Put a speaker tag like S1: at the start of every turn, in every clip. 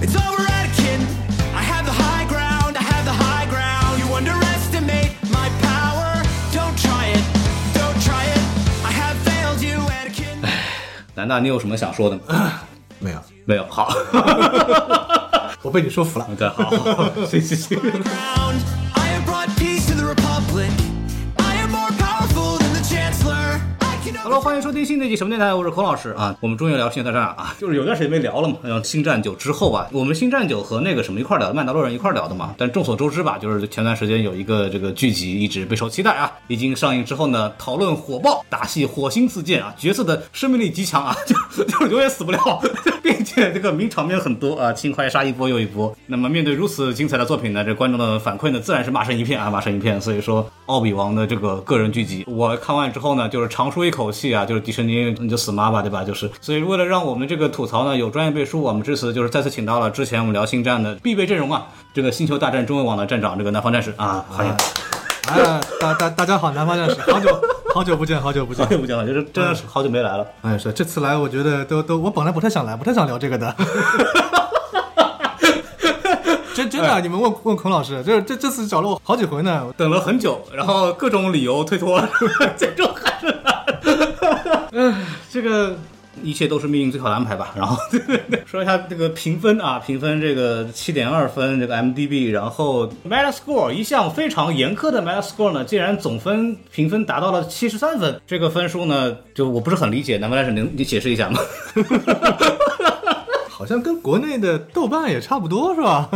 S1: It's over, Anakin. I have the high ground. I have the high ground. You underestimate my power. Don't try it. Don't try it. I have failed you, Anakin.
S2: 难道你有什么想说的 吗？
S3: 没有，
S2: 没有， 好，
S3: 我被你说服了。
S2: 对，好，好行行行。
S1: ground. I have brought peace to the Republic. I am more powerful than the Chancellor. I can
S2: Hello，欢迎收听新的一期什么电台，我是孔老师啊。我们终于聊《星球大战》了啊，就是有段时间没聊了嘛。然后《星战九》之后啊，我们《星战九》和那个什么一块儿聊的《曼达洛人》一块儿聊的嘛。但众所周知吧，就是前段时间有一个这个剧集一直备受期待啊，已经上映之后呢，讨论火爆，打戏火星四溅啊，角色的生命力极强啊， 就就是永远死不了， 并且这个名场面很多啊，轻快杀一波又一波。那么面对如此精彩的作品呢，这观众的反馈呢，自然是骂声一片啊，骂声一片。所以说，奥比王的这个个人剧集，我看完之后呢，就是长舒一口气啊，就是迪士尼你就死妈吧，对吧？就是，所以为了让我们这个吐槽呢有专业背书，我们这次就是再次请到了之前我们聊星战的必备阵容啊，这个星球大战中文网的站长这个南方战士啊，欢迎。
S3: 哎，大大大家好，南方战士，好 久好久不见，好久不
S2: 好
S3: 见。
S2: 久不见了，就是真的是好久没来了。
S3: 哎，是这次来，我觉得都都，我本来不太想来，不太想聊这个的。 真真的、啊你们问问孔老师，这这这次找了我好几回呢。
S2: 等了很久，然后各种理由推 脱，最终还是来了。唉，这个一切都是命运最好的安排吧。然后对对对 说一下这个评分啊，评分这个七点二分，这个 MDB，然后 Metascore 一项非常严苛的 Metascore 呢，竟然总分评分达到了七十三分，这个分数呢，就我不是很理解，南方战士能你解释一下吗？
S3: 好像跟国内的豆瓣也差不多，是 吧？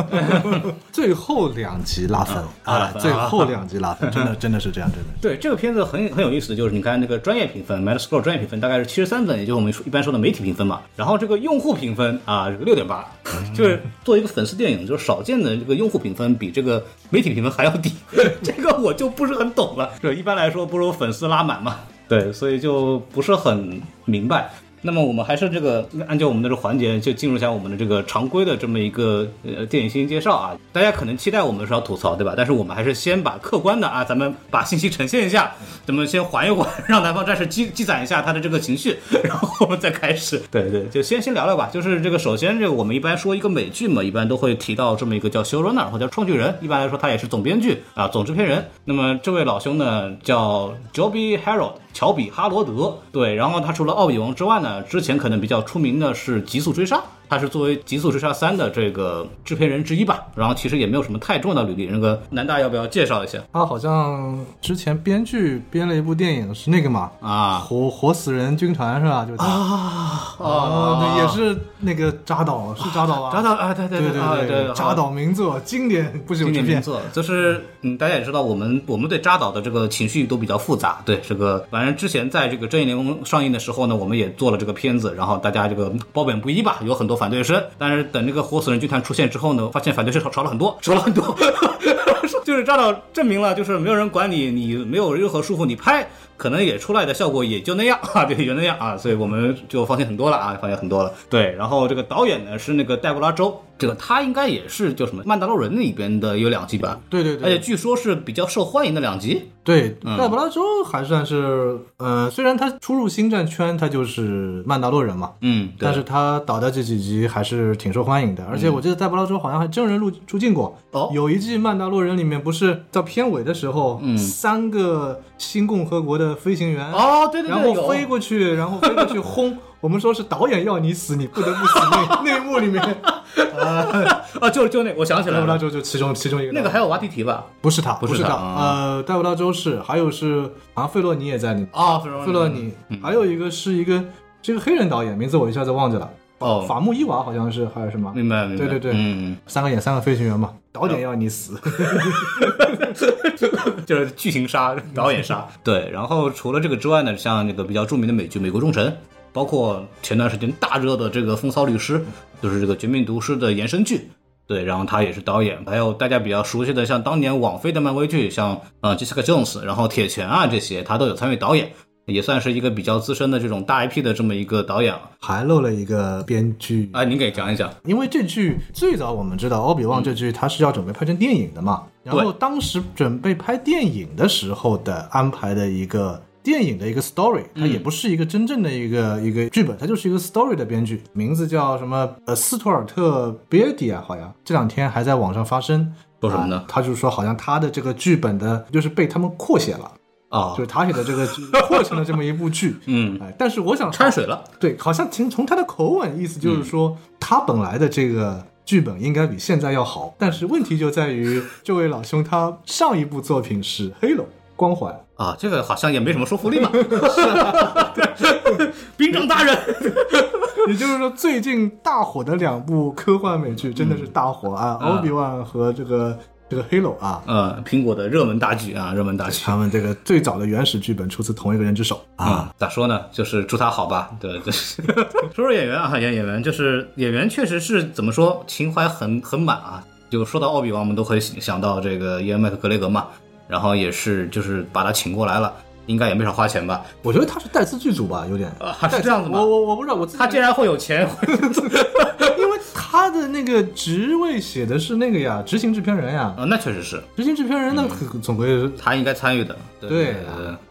S3: 最后两集拉分
S2: 啊
S3: 啊，最后两集拉 分，真的真的是这样，真的。
S2: 对这个片子很很有意思的就是，你看那个专业评分，Metascore 专业评分大概是七十三分，也就是我们一般说的媒体评分嘛。然后这个用户评分啊，六点八，就是作为一个粉丝电影，就是少见的这个用户评分比这个媒体评分还要低，这个我就不是很懂了。这一般来说不如粉丝拉满嘛，对，所以就不是很明白。那么我们还是这个按照我们的这个环节，就进入一下我们的这个常规的这么一个呃电影信息介绍啊。大家可能期待我们是要吐槽，对吧？但是我们还是先把客观的啊，咱们把信息呈现一下，咱们先缓一缓，让南方战士积积攒一下他的这个情绪， 然后我们再开始。对对，就先先聊聊吧。就是这个，首先这个我们一般说一个美剧嘛，一般都会提到这么一个叫 showrunner 或者叫创剧人，一般来说他也是总编剧啊，总制片人。那么这位老兄呢，叫 Joby Harold。乔比·哈罗德，对，然后他除了《奥比王》之外呢，之前可能比较出名的是《极速追杀》，他是作为《极速追杀三》的这个制片人之一吧。然后其实也没有什么太重要的履历，那个南大要不要介绍一下
S3: 他好像之前编剧编了一部电影，是那个嘛？
S2: 啊？
S3: 活活死人军团是吧？就是他哦，对，也是那个扎导，是扎导吧？
S2: 扎导啊，对对
S3: 对
S2: 啊
S3: 对
S2: 对，
S3: 扎导名作，经典不朽
S2: 经
S3: 之
S2: 典名
S3: 片。
S2: 作，就是嗯，大家也知道，我们我们对扎导的这个情绪都比较复杂。对这个，反正之前在这个《正义联盟》上映的时候呢，我们也做了这个片子，然后大家这个嗯褒贬不一吧，有很多反对声。但是等这个《活死人军团》出现之后呢，发现反对声少少了很多，少了很多。 就是扎导证明了，就是没有人管你，你没有任何束缚，你拍可能也出来的效果也就那样 啊，对，也就那样啊，所以我们就放心很多了啊，放心很多了。对，然后这个导演呢是那个戴布拉州，这个他应该也是叫什么《曼达洛人》里边的有两集吧，
S3: 对对
S2: 而且
S3: 对
S2: 据说是比较受欢迎的两集。
S3: 对，
S2: 嗯
S3: 戴布拉州还算是，呃，虽然他初入星战圈，他就是曼达洛人嘛，
S2: 嗯，
S3: 但是他导的这几集还是挺受欢迎的，而且我记得戴布拉州好像还真人录出镜过。
S2: 哦
S3: 有一季《曼达洛人》里面不是到片尾的时候，三个新共和国的飞行员
S2: 嗯哦，对对
S3: 然
S2: 对，
S3: 后
S2: 有
S3: 飞过去， 然后飞过去轰。我们说是导演要你死，你不得不死 那那一幕里面，
S2: 啊，就就那，我想起来
S3: 戴布拉
S2: 了，
S3: 州就其中其中一个。
S2: 那个还有瓦蒂提吧？
S3: 不是他，
S2: 不
S3: 不
S2: 是他
S3: 他，
S2: 啊
S3: 呃，戴布拉州是，还有是好像费洛尼也在里，
S2: 啊，
S3: 费洛尼，还有一个是一个是一个黑人导演，名字我一下子忘记了，
S2: 哦，
S3: 法穆伊娃好像是还是什么，
S2: 明白明白，
S3: 对对对
S2: 嗯。
S3: 三个演三个飞行员嘛，导演要你死，
S2: 嗯就是剧情杀、导演杀。对，然后除了这个之外呢，像那个比较著名的美剧《美国众神》，包括前段时间大热的这个《风骚律师》，就是这个《绝命毒师》的延伸剧。对，然后他也是导演，还有大家比较熟悉的，像当年网飞的漫威剧，像呃 Jessica Jones，然后铁拳啊这些，他都有参与导演，也算是一个比较资深的这种大 IP 的这么一个导演啊。
S3: 还漏了一个编剧，
S2: 哎，您给讲一讲。
S3: 因为这剧最早我们知道，奥比
S2: 嗯
S3: 旺这剧它是要准备拍成电影的嘛。然后当时准备拍电影的时候的安排的一个电影的一个 story，它
S2: 嗯
S3: 也不是一个真正的一个一个剧本，它就是一个 story 的编剧，名字叫什么？呃，斯图尔特·比尔迪啊，好像这两天还在网上发声。
S2: 说什么呢
S3: 啊他就说，好像他的这个剧本的，就是被他们扩写了，
S2: 啊
S3: 就是他写的这个剧 扩成了这么一部剧。
S2: 嗯，
S3: 哎，但是我想
S2: 掺水了，
S3: 对，好像听从他的口吻，意思就是说、
S2: 嗯
S3: 他本来的这个剧本应该比现在要好，但是问题就在于这位老兄他上一部作品是《黑龙光环》，
S2: 啊，这个好像也没什么说服 力嘛。 兵长大人，
S3: 也就是说最近大火的两部科幻美剧真的是大火啊，
S2: 嗯
S3: 奥比万》和这个这个《黑龙》啊。
S2: 呃，苹果的热门大剧啊，热门大剧。
S3: 他们这个最早的原始剧本出自同一个人之手啊，
S2: 啊，咋说呢？就是祝他好吧。对，就是 说说演员啊，演演员就是演员，确实是怎么说，情怀很很满啊。就说到奥比王，我们都会想到这个伊恩麦克格雷格嘛，然后也是就是把他请过来了，应该也没少花钱吧？
S3: 我觉得他是带资剧组吧，有点
S2: 啊还嗯是这样子吗
S3: 我我我不知道，我自己
S2: 他竟然会有钱，
S3: 因为他的那个职位写的是那个呀，执行制片人呀，
S2: 啊，那确实是
S3: 执行制片人那
S2: 嗯
S3: 总归是
S2: 他应该参与的。对
S3: 对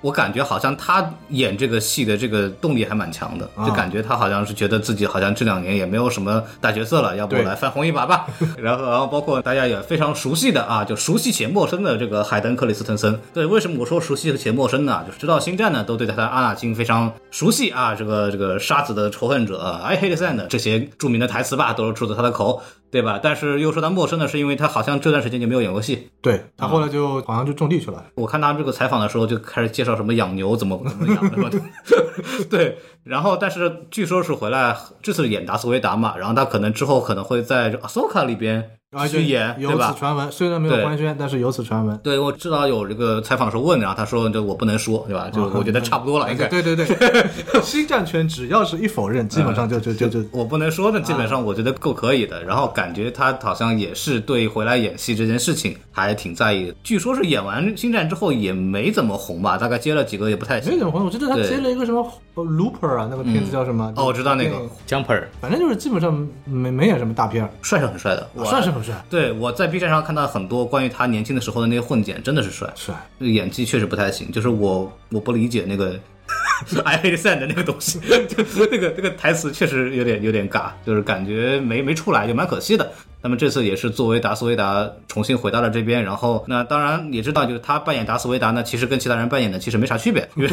S2: 我感觉好像他演这个戏的这个动力还蛮强的，就感觉他好像是觉得自己好像这两年也没有什么大角色了，要不
S3: 对
S2: 来翻红一把吧。然后，然后包括大家也非常熟悉的啊，就熟悉且陌生的这个海登·克里斯滕森。对，为什么我说熟悉且陌生呢？就是知道《星战》呢，都对他的阿纳金非常熟悉啊，这个这个杀子的仇恨者啊，I hate Sand 这些著名的台词吧，都是出自他的口，对吧？但是又说他陌生呢，是因为他好像这段时间就没有演过戏，
S3: 对他后来
S2: 嗯
S3: 就好像就种地去了。
S2: 我看他这个采访的时候，就开始介绍什么养牛怎么怎么养什么的， 对。然后，但是据说是回来这次演达斯维达嘛，然后他可能之后可能会在《阿索卡》里边
S3: 而且
S2: 去演，对
S3: 有
S2: 吧
S3: 此？传闻，虽然没有
S2: 对
S3: 官宣，但是有此传闻。
S2: 对，我知道有这个采访的时候问，然后他说就我不能说，对吧？就我觉得差不多了，应该。
S3: 啊对 对对，星战圈只要是一否认，基本上
S2: 嗯
S3: 就就就就
S2: 我不能说的，基
S3: 啊
S2: 本上我觉得够可以的。然后感觉他好像也是对回来演戏这件事情还挺在意的。据说是演完《星战》之后也没怎么红吧，大概接了几个也不太
S3: 没
S2: 行。
S3: 怎么。我记得他接了一个什么呃 Looper 啊，那个片子叫什么？
S2: 哦，我知道那
S3: 就
S2: 个
S3: 是电影
S2: Jumper，
S3: 反正就是基本上没没演什么大片儿，
S2: 帅是很帅的，我啊
S3: 帅是很啊帅，
S2: 对，我在 B 站上看到很多关于他年轻的时候的那些混剪，真的是帅，
S3: 帅。
S2: 这个演技确实不太行。就是我我不理解那个 I hate sand 的那个东西，就是那个那个台词确实有点有点尬，就是感觉没没出来，就蛮可惜的。那么这次也是作为达斯维达重新回到了这边，然后那当然也知道，就是他扮演达斯维达呢，其实跟其他人扮演的其实没啥区别，因为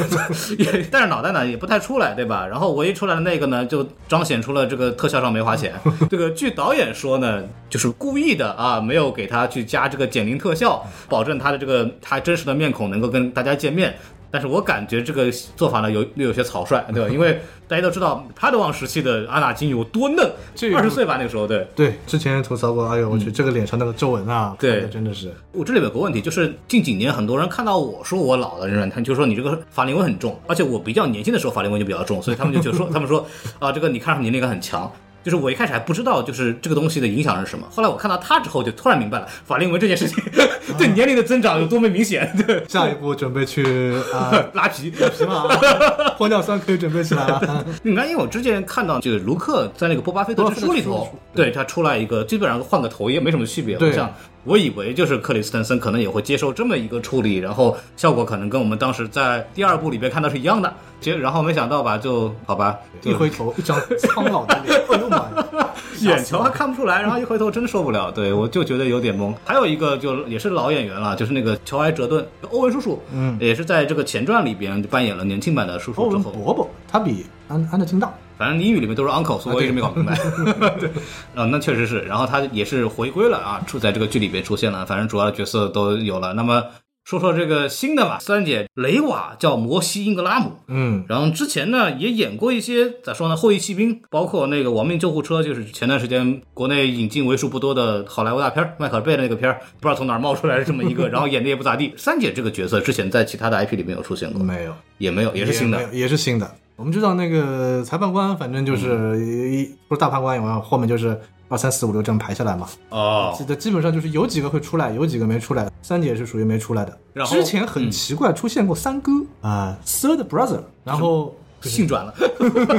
S2: 也但是脑袋呢也不太出来，对吧？然后唯一出来的那个呢，就彰显出了这个特效上没花钱。这个据导演说呢，就是故意的啊，没有给他去加这个减龄特效，保证他的这个他真实的面孔能够跟大家见面。但是我感觉这个做法呢，有略有些草率， 对吧？因为大家都知道帕德旺时期的阿纳金有多嫩
S3: 这，个
S2: 二十岁吧那个时候，对。
S3: 对，之前吐槽过，哎呦我去，这个脸上那个皱纹啊，
S2: 对
S3: 看着真的是
S2: 我这里有个问题，就是近几年很多人看到我说我老了，仍然他就说你这个法令纹很重，而且我比较年轻的时候法令纹就比较重，所以他们就就 说他们说啊、这个你看上去年龄感很强。就是我一开始还不知道，就是这个东西的影响是什么。后来我看到他之后，就突然明白了法令纹这件事情
S3: 啊
S2: 对年龄的增长有多么明显。对，，
S3: 下一步准备去啊
S2: 拉皮。
S3: 行了啊， 玻尿酸可以准备起来了。
S2: 你看，因为我之前看到就是卢克在那个波巴菲特之书里
S3: 波巴菲特之
S2: 头
S3: 书，
S2: 对他出来一个，基本上换个头也没什么区别。
S3: 对
S2: 我想，我以为就是克里斯滕森可能也会接受这么一个处理，然后效果可能跟我们当时在第二部里边看到是一样的。结然后没想到吧，就好吧，就
S3: 一回头，一张苍老的 脸，哎呦妈呀！
S2: 眼球还看不出来，然后一回头真受不了，对我就觉得有点懵。还有一个就也是老演员了，就是那个乔埃哲顿，欧文叔叔，嗯，哦也是在这个前传里边扮演了年轻版的叔
S3: 欧
S2: 叔之
S3: 文
S2: 后，
S3: 伯伯，他比安安德金大，
S2: 反正英语里面都是 uncle，所以我
S3: 啊
S2: 一直没搞明白。 对，啊，那确实是。然后他也是回归了啊，出在这个剧里边出现了，反正主要的角色都有了。那么说说这个新的吧，三姐雷瓦叫摩西英格拉姆，
S3: 嗯，
S2: 然后之前呢也演过一些咋说呢，后裔骑兵，包括那个《亡命救护车》，就是前段时间国内引进为数不多的好莱坞大片儿，迈克尔贝的那个片儿，不知道从哪儿冒出来的这么 一个，然后演的也不咋地。三姐这个角色之前在其他的 IP 里面有出现过，
S3: 没有，
S2: 也没有，也是新的
S3: 没。有，也是新的。我们知道那个裁判官，反正就是
S2: 嗯
S3: 一不是大判官以外，后面就是二三四五六这样排下来嘛。
S2: 哦
S3: 记，得基本上就是有几个会出来，有几个没出来。三姐是属于没出来的。
S2: 然后嗯
S3: 之前很奇怪出现过三哥啊，Third Brother，然后
S2: 性转了。
S3: 然后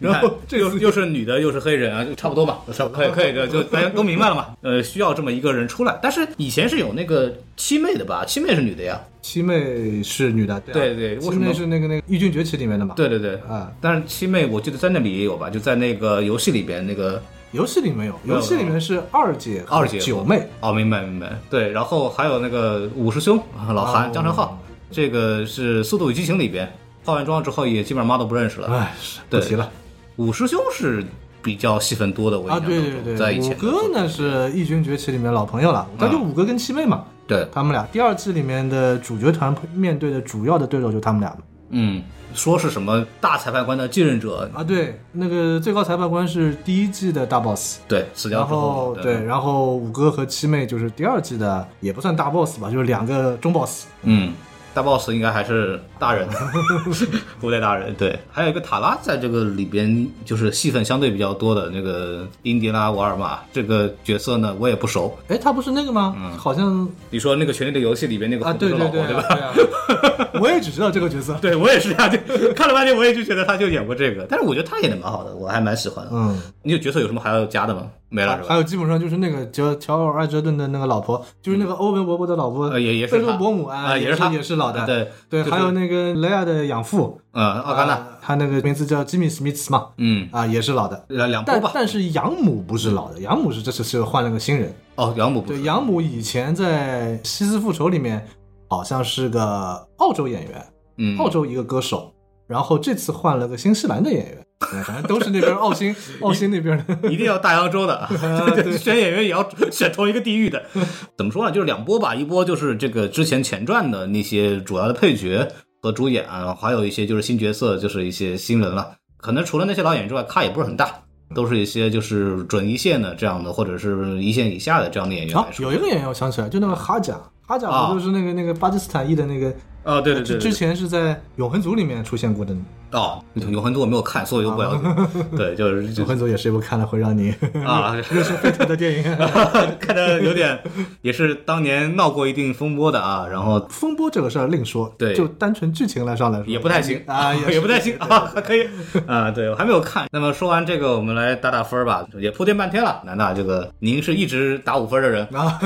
S2: 你看
S3: 这
S2: 又
S3: 次
S2: 又是女的，又是黑人啊，就差不多吧，
S3: 差不多
S2: 可以可以的，就大家都明白了嘛。 呃，需要这么一个人出来，但是以前是有那个七妹的吧？七妹是女的呀，
S3: 七妹是女的，对啊
S2: 对对为
S3: 七
S2: 什么
S3: 妹是那个那个《玉珏崛起》里面的嘛？
S2: 对，对对，
S3: 啊
S2: 但是七妹我记得在那里也有吧，就在那个游戏里边那个
S3: 游戏里没有，
S2: 没有
S3: 游戏里面是二姐、
S2: 二姐
S3: 九妹，
S2: 哦，明白明白，对，然后还有那个五师兄啊老韩、
S3: 哦
S2: 张成浩，这个是《速度与激情》里边化完妆之后也基本上妈都不认识了。
S3: 哎，是不
S2: 对
S3: 提了
S2: 五师兄是比较戏份多的，我印
S3: 啊！
S2: 象
S3: 对
S2: 当
S3: 对
S2: 中，
S3: 对
S2: 在
S3: 对，
S2: 以
S3: 五
S2: 前的
S3: 哥呢是《义军崛起》里面老朋友了，那就五哥跟七妹嘛，
S2: 对，
S3: 他们俩第二季里面的主角团面对的主要的对手就他们俩了
S2: 嗯，说是什么大裁判官的继任者，
S3: 啊！对，那个最高裁判官是第一季的大 boss，
S2: 对，死掉
S3: 然
S2: 之
S3: 后嗯对，
S2: 对，
S3: 然后五哥和七妹就是第二季的，也不算大 boss 吧，就是两个中 boss。
S2: 嗯，大 boss 应该还是大 人，古代大人，对，还有一个塔拉在这个里边就是戏份相对比较多的那个英迪拉瓦尔玛这个角色呢，我也不熟。
S3: 哎，他不是那个吗？好像
S2: 你说那个《权力的游戏》里边那个
S3: 啊，
S2: 红头
S3: 对
S2: 老
S3: 对
S2: 婆
S3: 对，
S2: 对吧？
S3: 啊对啊 我也只知道这个角色。
S2: 对我也是啊，就看了半天，我也就觉得他就演过这个，但是我觉得他演的蛮好的，我还蛮喜欢的。
S3: 嗯，
S2: 你有角色有什么还要加的吗？没了是
S3: 啊还
S2: 吧？
S3: 有基本上就是那个乔乔尔艾哲顿的那个老婆，就是那个欧文伯伯的老婆，
S2: 呃也也是
S3: 贝洛
S2: 他
S3: 伯母
S2: 啊也
S3: 也
S2: 是他
S3: 也是老的，
S2: 对
S3: 对，
S2: 就是
S3: 还有那个雷亚的养父，
S2: 嗯，奥甘纳，
S3: 啊他那个名字叫吉米·史密斯嘛，
S2: 嗯，
S3: 啊，也是老的。
S2: 两两波
S3: 但
S2: 吧。
S3: 但是养母不是老的，养母是这次是换了个新人。
S2: 哦，养母不
S3: 对，
S2: 是，
S3: 养母以前在《西斯复仇》里面好像是个澳洲演员，
S2: 嗯，
S3: 澳洲一个歌手，然后这次换了个新西兰的演员，对反正都是那边 澳新澳新那边 的。
S2: 一定要大洋洲的， 啊选演员也要选同一个地域的。 怎么说呢？啊就是两波吧，一波就是这个之前前传的那些主要的配角和主演啊，还有一些就是新角色，就是一些新人了。可能除了那些老演员之外，咖也不是很大，都是一些就是准一线的这样的，或者是一线以下的这样的演员
S3: 啊
S2: 来，说。
S3: 有一个演员我想起来，就那个哈贾，哈贾
S2: 啊
S3: 不就是那个、那个巴基斯坦裔的那个，
S2: 啊，对对对
S3: 之前是在《永恒族》里面出现过的。
S2: 哦，永恒族我没有看，所以我就不了解。 对，就是
S3: 《永
S2: 就
S3: 恒族》也是一部看了会让你
S2: 啊，
S3: 沸腾的电影。
S2: 看着有点也是当年闹过一定风波的啊，然后
S3: 风波这个事儿另说，
S2: 对
S3: 就单纯剧情来上来说
S2: 也不太行
S3: 啊，
S2: 也不太行啊，可以啊，对我还没有看。那么说完这个，我们来打打分儿吧，也铺垫半天了。难道这个您是一直打五分的人？
S3: 啊，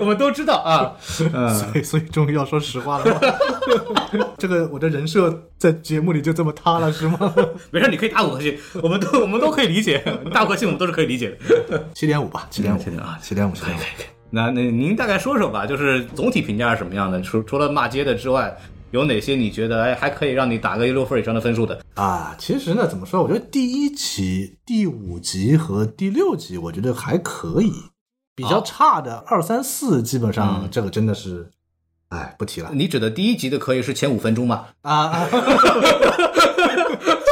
S2: 我们都知道啊，嗯，
S3: 所以所以终于要说实话了吗？ 这个我的人设在节目里就这么塌了是 吗？
S2: 没事，你可以打五颗星，我们都我们都可以理解， 打五颗星我们都是可以理解的。
S3: 七点五吧，七点五，
S2: 7.5啊
S3: 七点五，七点五。
S2: 那那您大概说说吧，就是总体评价是什么样的？除除了骂街的之外，有哪些你觉得哎还可以让你打个六分以上的分数的？
S3: 啊，其实呢，怎么说？我觉得第一集、第五集和第六集，我觉得还可以。比较差的二三四，基本上这个真的是，哎，不提了
S2: 你指的第一集的可以是前五分钟吗？
S3: 啊啊！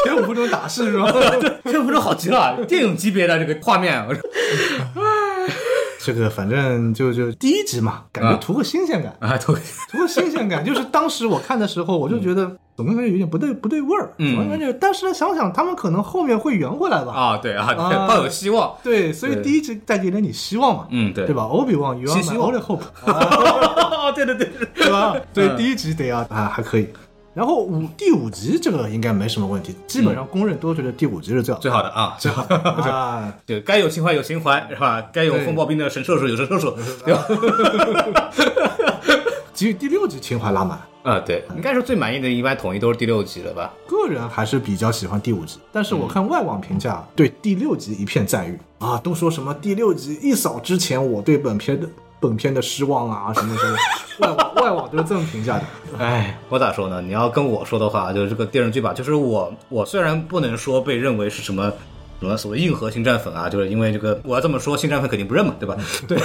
S3: 前五分钟打是吧？
S2: 前五分钟好极了，电影级别的这个画面，
S3: 这个反正就就第一集嘛，感觉
S2: 啊
S3: 图个新鲜感，
S2: 啊，都
S3: 图个新鲜感。就是当时我看的时候，我就觉得总感觉有点不对不对味儿，
S2: 嗯
S3: 总感觉。但是呢，想想他们可能后面会圆回来吧。
S2: 啊，对啊，
S3: 啊
S2: 抱有希望，
S3: 对，所以
S2: 对
S3: 第一集带给了你希望嘛，
S2: 嗯，对，
S3: 对？吧？欧比旺，You are
S2: 新
S3: my
S2: 希望
S3: only hope。
S2: 哦， 对对对，
S3: 对吧？对，
S2: 嗯
S3: 第一集得要啊还可以。然后五第五集这个应该没什么问题，基本上公认都觉得第五集是最好的
S2: 嗯最好的啊，
S3: 最好的啊。
S2: 对，该有情怀有情怀是吧？该有
S3: 对
S2: 风暴兵的神射手有神射手，对吧？
S3: 及第六集情怀拉满，
S2: 啊，对，应该是最满意的，一般统一都是第六集了吧？
S3: 个人还是比较喜欢第五集，但
S2: 嗯
S3: 是我看外网评价对第六集一片赞誉啊，都说什么第六集一扫之前我对本片的本片的失望啊什么什么， 外网外网都是这么评价的。
S2: 哎，我咋说呢？你要跟我说的话，就是这个电视剧吧，就是我我虽然不能说被认为是什么。什么所谓硬核星战粉啊，就是因为这个，我要这么说，星战粉肯定不认嘛，对吧？对，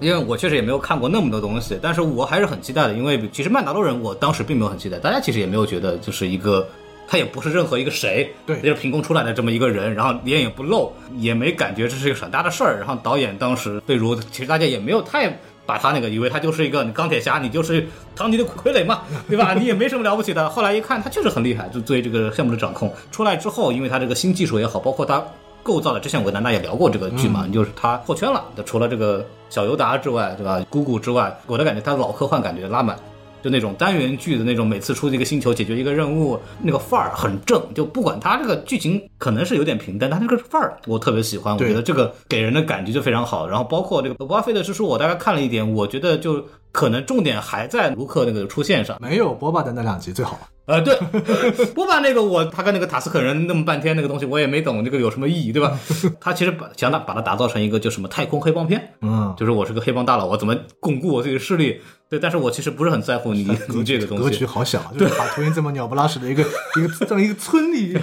S2: 因为我确实也没有看过那么多东西，但是我还是很期待的，因为其实《曼达洛人》我当时并没有很期待，大家其实也没有觉得就是一个，他也不是任何一个谁，
S3: 对
S2: 就是凭空出来的这么一个人，然后脸也不露，也没感觉这是一个很大的事儿。然后导演当时对如，其实大家也没有太把他那个，以为他就是一个钢铁侠，你就是唐尼的傀儡嘛，对吧？你也没什么了不起的。后来一看，他确实很厉害，就对这个项目的掌控。出来之后，因为他这个新技术也好，包括他构造的，之前我跟南大也聊过这个剧嘛，就是他破圈了，除了这个小尤达之外，对吧？姑姑之外，我的感觉他老科幻感觉拉满。就那种单元剧的那种，每次出一个星球解决一个任务，那个范儿很正。就不管它这个剧情可能是有点平淡，但它那个范儿我特别喜欢，我
S3: 对
S2: 觉得这个给人的感觉就非常好。然后包括这个《巴菲特之书》，我大概看了一点，我觉得就可能重点还在卢克那个出现上。
S3: 没有波霸的那两集最好。
S2: 呃，对， 波霸那个我他跟那个塔斯克人弄么半天那个东西，我也没懂这个有什么意义，对吧？ 他其实把想打把它打造成一个就什么太空黑帮片，
S3: 嗯，
S2: 就是我是个黑帮大佬，我怎么巩固我自己的势力？对，但是我其实不是很在乎你 你这个东
S3: 格
S2: 西
S3: 局。好小，就是把图片这么鸟不拉屎的 一个一个这么一个村里，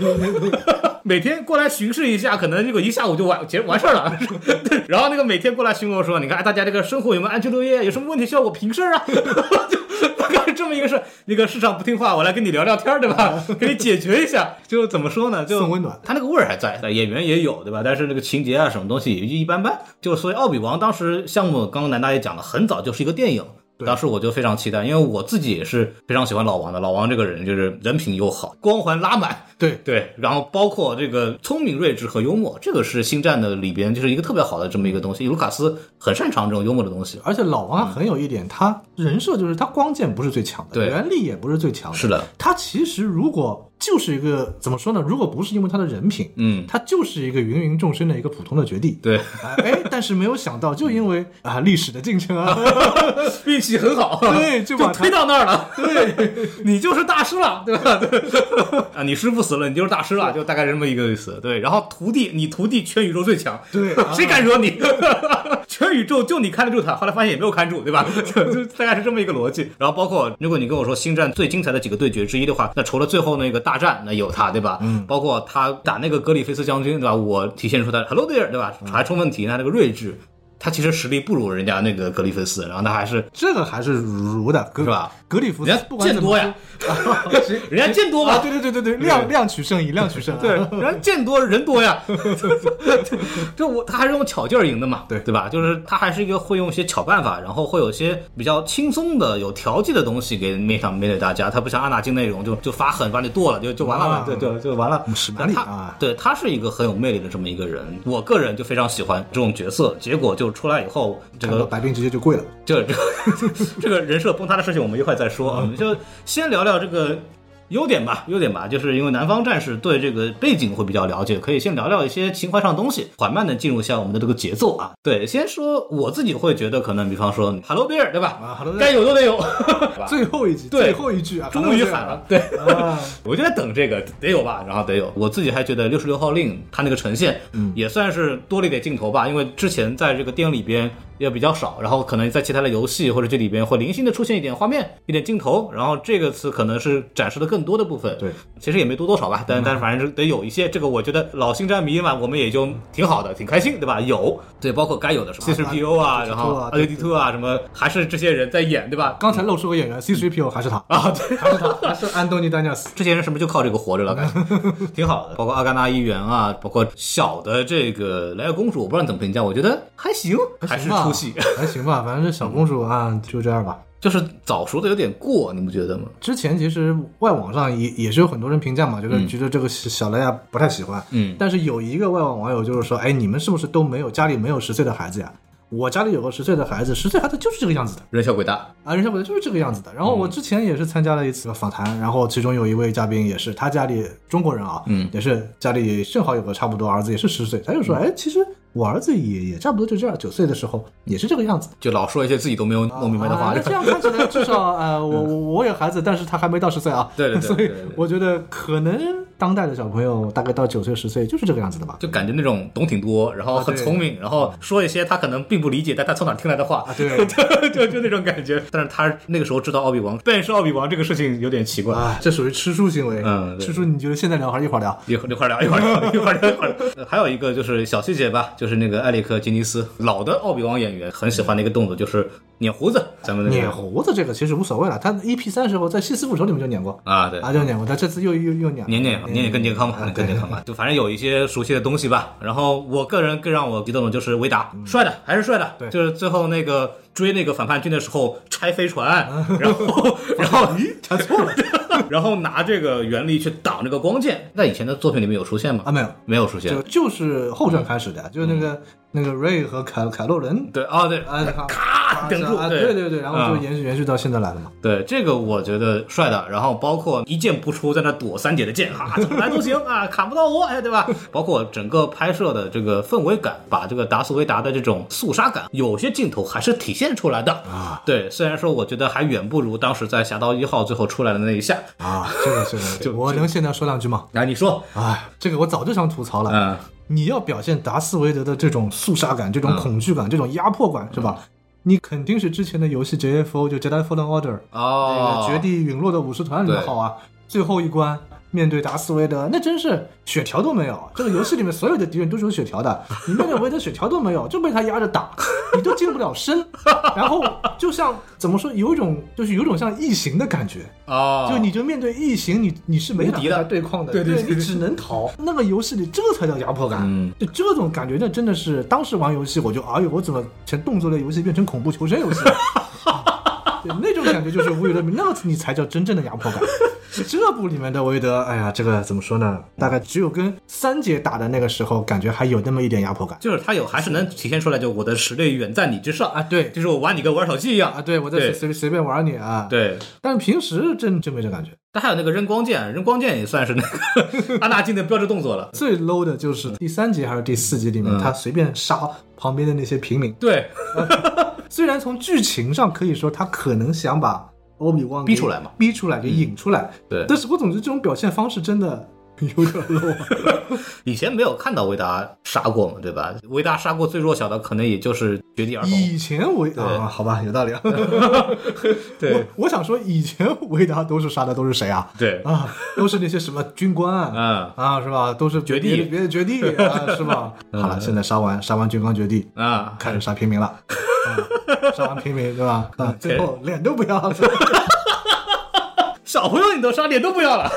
S2: 每天过来巡视一下，可能这个一下午就完结完事儿了。 对，然后那个每天过来询问我说：“你看哎大家这个生活有没有安居乐业，有什么问题需要我平事儿啊？” 就大概是这么一个事儿。那个市场不听话，我来跟你聊聊天儿，对 吧？给你解决一下。就怎么说呢？就
S3: 送温暖
S2: 他那个味儿还在，演员也有，对吧？但是那个情节啊，什么东西也就一般般。就所以《奥比王》当时项目，刚刚南大也讲了，很早就是一个电影。
S3: 对
S2: 当时我就非常期待，因为我自己也是非常喜欢老王的。老王这个人就是人品又好，光环拉满，
S3: 对，
S2: 对，然后包括这个聪明、睿智和幽默，这个是《星战》的里边就是一个特别好的这么一个东西。卢卡斯很擅长这种幽默的东西。
S3: 而且老王很有一点，他人设就是他光剑不是最强的，
S2: 嗯对
S3: 原力也不是最强的，
S2: 是的，
S3: 他其实如果就是一个怎么说呢？如果不是因为他的人品，
S2: 嗯，
S3: 他就是一个芸芸众生的一个普通的绝地。
S2: 对，嗯
S3: 哎， 哎，但是没有想到，就因为啊历史的进程啊，
S2: 运气很好，
S3: 对就
S2: 就
S3: 把他
S2: 推到那儿了。对，你就是大师了，对吧？对 啊，你师傅死了，你就是大师了，就大概是这么一个意思。对，然后徒弟，你徒弟全宇宙最强，
S3: 对
S2: 谁敢惹你？全宇宙就你看得住他，后来发现也没有看住，对吧？ 就就大概是这么一个逻辑。然后包括如果你跟我说星战最精彩的几个对决之一的话，那除了最后那个大战，那有他，对吧？嗯，包括他打那个格里菲斯将军，对吧？我体现出他 Hello there，对吧？查出问题，他那个睿智。他其实实力不如人家那个格里菲斯，然后他还是
S3: 这个还是如的，格
S2: 是吧？
S3: 格里夫斯
S2: 人家
S3: 不管怎么说
S2: 见，
S3: 啊谁
S2: 人家见多
S3: 啊，
S2: 吧？
S3: 对对对对对，量量取胜以量取胜啊，
S2: 对，人家见多人多 呀，就我他还是用巧劲儿赢的嘛，
S3: 对
S2: 对吧？就是他还是一个会用一些巧办法，然后会有一些比较轻松的、有调剂的东西给面向面对大家。他不像阿纳金那种就就发狠把你剁了就就完了嘛
S3: 啊，
S2: 对对就完了。
S3: 使蛮力
S2: 他
S3: 啊
S2: 对他是一个很有魅力的这么一个人，我个人就非常喜欢这种角色。结果就出来以后，这
S3: 看到
S2: 个
S3: 白冰直接就跪了。
S2: 这 这这个人设崩塌的事情，我们一会儿再说
S3: 嗯
S2: 啊。我们就先聊聊这个优点吧，优点吧，就是因为南方战士对这个背景会比较了解，可以先聊聊一些情怀上的东西，缓慢的进入一下我们的这个节奏啊。对，先说我自己会觉得，可能比方说嗯 Hello Bear 对吧？
S3: 啊，Hello Bear
S2: 该有都得有，
S3: 最后一集，
S2: 对
S3: 最后一句啊，
S2: 终于喊了，对。
S3: 啊，
S2: 我就在等这个得有吧，然后得有。我自己还觉得六十六号令它那个呈现，嗯，也算是多了一点镜头吧，因为之前在这个电影里边也比较少，然后可能在其他的游戏或者这里边会零星的出现一点画面、一点镜头，然后这个次可能是展示的更多的部分。
S3: 对，
S2: 其实也没多多少吧，但但是反正是得有一些。这个我觉得老星战迷嘛，我们也就挺好的，挺开心，对吧？有，对，包括该有的什么 C
S3: 啊
S2: P O 啊，
S3: 啊
S2: 然后
S3: R2D2
S2: A D Two 啊，什么还是这些人在演，对吧？
S3: 刚才露出个演员 C 3 P O 还是他
S2: 啊，对。
S3: 还是他，还是安东尼丹尼尔斯。
S2: 这些人是不是就靠这个活着了？感觉 挺好的，包括阿甘纳议员啊，包括小的这个莱娅公主，我不知道你怎么评价，我觉得还行，还是
S3: 行吧
S2: 出戏，，
S3: 还行吧，反正这小公主啊，就这样吧。
S2: 就是早熟的有点过，你不觉得吗？
S3: 之前其实外网上也也是有很多人评价嘛，觉得觉得这个小莱娅不太喜欢。
S2: 嗯
S3: 但是有一个外网网友就是说，哎，你们是不是都没有家里没有十岁的孩子呀？我家里有个十岁的孩子，十岁孩子就是这个样子的
S2: 人小鬼大，
S3: 啊，人小鬼就是这个样子的。然后
S2: 嗯
S3: 我之前也是参加了一次访谈，然后其中有一位嘉宾也是，他家里中国人啊，
S2: 嗯
S3: 也是家里正好有个差不多儿子也是十岁，他就说，哎，其实我儿子也也差不多就这样，九岁的时候也是这个样子。
S2: 就老说一些自己都没有弄明白的话，
S3: 啊那
S2: 就
S3: 这样看起来，至少呃，我我我有孩子，但是他还没到十岁啊。
S2: 对对对
S3: 所以
S2: 对对对
S3: 我觉得可能当代的小朋友大概到九岁十岁就是这个样子的吧。
S2: 就感觉那种懂挺多，然后
S3: 啊
S2: 很
S3: 对
S2: 聪明，然后说一些他可能并不理解，但他从哪儿听来的话，
S3: 啊对
S2: 就就那种感觉。但是他那个时候知道奥比王，但是奥比王这个事情有点奇怪，
S3: 啊，这属于吃书行为。
S2: 嗯对
S3: 吃书，你觉得现在聊还是一会儿聊？
S2: 一会儿一会儿聊，一会儿聊，一会儿聊，一 会儿聊。呃还有一个就是小细节吧，就是那个埃里克基尼斯，老的奥比王演员很喜欢的一个动作，就是捻胡子。咱们那个
S3: 撵胡子这个其实无所谓了，他 EP 三时候在《西斯复仇》里面就撵过
S2: 啊，对，
S3: 啊，就撵过，他这次又又又撵了。嗯啊
S2: 年年年年更健康吧，更健康吧，就反正有一些熟悉的东西吧。然后我个人更让我激动的就是维达，帅的还是帅的，
S3: 嗯对
S2: 就是最后那个追那个反叛军的时候拆飞船，
S3: 啊
S2: 然后 然后咦拆错了， 然后拿这个原力去挡这个光剑，在以前的作品里面有出现吗
S3: 啊，？没有，
S2: 没有出现
S3: 就，就是后传开始的，就是那个那个瑞和凯凯洛人
S2: 嗯对啊，对，
S3: 啊，
S2: 咔啪顶住，
S3: 啊对对对，然后
S2: 嗯
S3: 就延续延续到现在来了嘛。
S2: 对，这个我觉得帅的。然后包括一剑不出，在那躲三姐的剑，啊，怎么来都行啊，砍不到我，哎，对吧？包括整个拍摄的这个氛围感，把这个达斯维达的这种肃杀感，有些镜头还是体现出来的啊。对，虽然说我觉得还远不如当时在《侠盗一号》最后出来的那一下。
S3: 啊，这个这 个，这个我能现在说两句吗？
S2: 来，你说，
S3: 哎，这个我早就想吐槽了。
S2: 嗯，
S3: 你要表现达斯维德的这种肃杀感、这种恐惧感、这种压迫感，是吧？
S2: 嗯
S3: 你肯定是之前的游戏 JFO 就 Jedi Fallen Order
S2: 哦
S3: 那，个绝地陨落的武士团里面
S2: 对
S3: 好啊，最后一关面对达斯维德，那真是血条都没有。这个游戏里面所有的敌人都是有血条 的，你面对维德血条都没有，就被他压着打，你都近不了身。然后就像怎么说，有一种就是有一种像异形的感觉，
S2: 哦，
S3: 就你就面对异形，你你是没
S2: 无
S3: 法
S2: 敌
S3: 跟
S2: 的
S3: 他对抗啊的，
S2: 对对
S3: 对
S2: 对
S3: 你只能逃。那个游戏里这才叫压迫感，
S2: 嗯
S3: 就这种感觉，那真的是当时玩游戏我就哎呦，我怎么从动作类游戏变成恐怖求生游戏 了？对，那种感觉就是无与伦比，那你才叫真正的压迫感。这部里面的韦德，哎呀，这个怎么说呢？大概只有跟三姐打的那个时候，感觉还有那么一点压迫感
S2: 就是他有还是能体现出来，就我的实力远在你之上
S3: 啊。对
S2: 就是我玩你跟玩手机一样
S3: 啊，。对我在
S2: 对
S3: 随随便玩你啊。，
S2: 对，
S3: 但平时真真没这感觉。
S2: 但还有那个扔光剑，扔光剑也算是那个 阿纳金的标志动作了。
S3: 最 low 的就是第三集还是第四集里面，
S2: 嗯
S3: 他随便杀旁边的那些平民。
S2: 对，
S3: 虽然从剧情上可以说他可能想把欧米旺给
S2: 逼出来嘛，
S3: 逼出来给嗯引出来，
S2: 对
S3: 但是我总觉得这种表现方式真 的有点 low 啊。
S2: 以前没有看到维达杀过嘛，对吧？维达杀过最弱小的可能也就是绝地儿童。
S3: 以前维啊，好吧，有道理啊。我
S2: 对
S3: 我想说，以前维达都是杀的都是谁啊？
S2: 对，
S3: 啊，都是那些什么军官啊，
S2: 嗯
S3: 啊是吧？都是
S2: 绝
S3: 别
S2: 地
S3: 别的绝 地啊，是吧？好了，现在杀完杀完军官绝地，
S2: 啊，
S3: 开始杀平 民了，啊、杀完平民对吧？啊，最后脸都不要了，
S2: 小朋友你都杀，脸都不要了，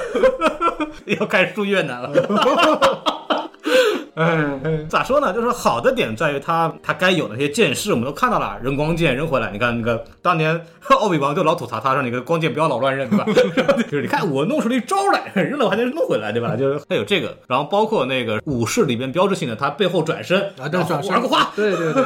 S2: 要开始住越南了。 哎，咋说呢？就是好的点在于他他该有的那些剑士我们都看到了，扔光剑扔回来。你看那个当年 奥比王就老吐槽他说：“你个光剑不要老乱扔，对吧？” 就是你看我弄出了一招来，扔了我还能弄回来，对吧？就是他有这个，然后包括那个武士里边标志性的他背后转身，
S3: 啊，
S2: 然
S3: 对，
S2: 后
S3: 转身
S2: 玩个花。
S3: 对对对，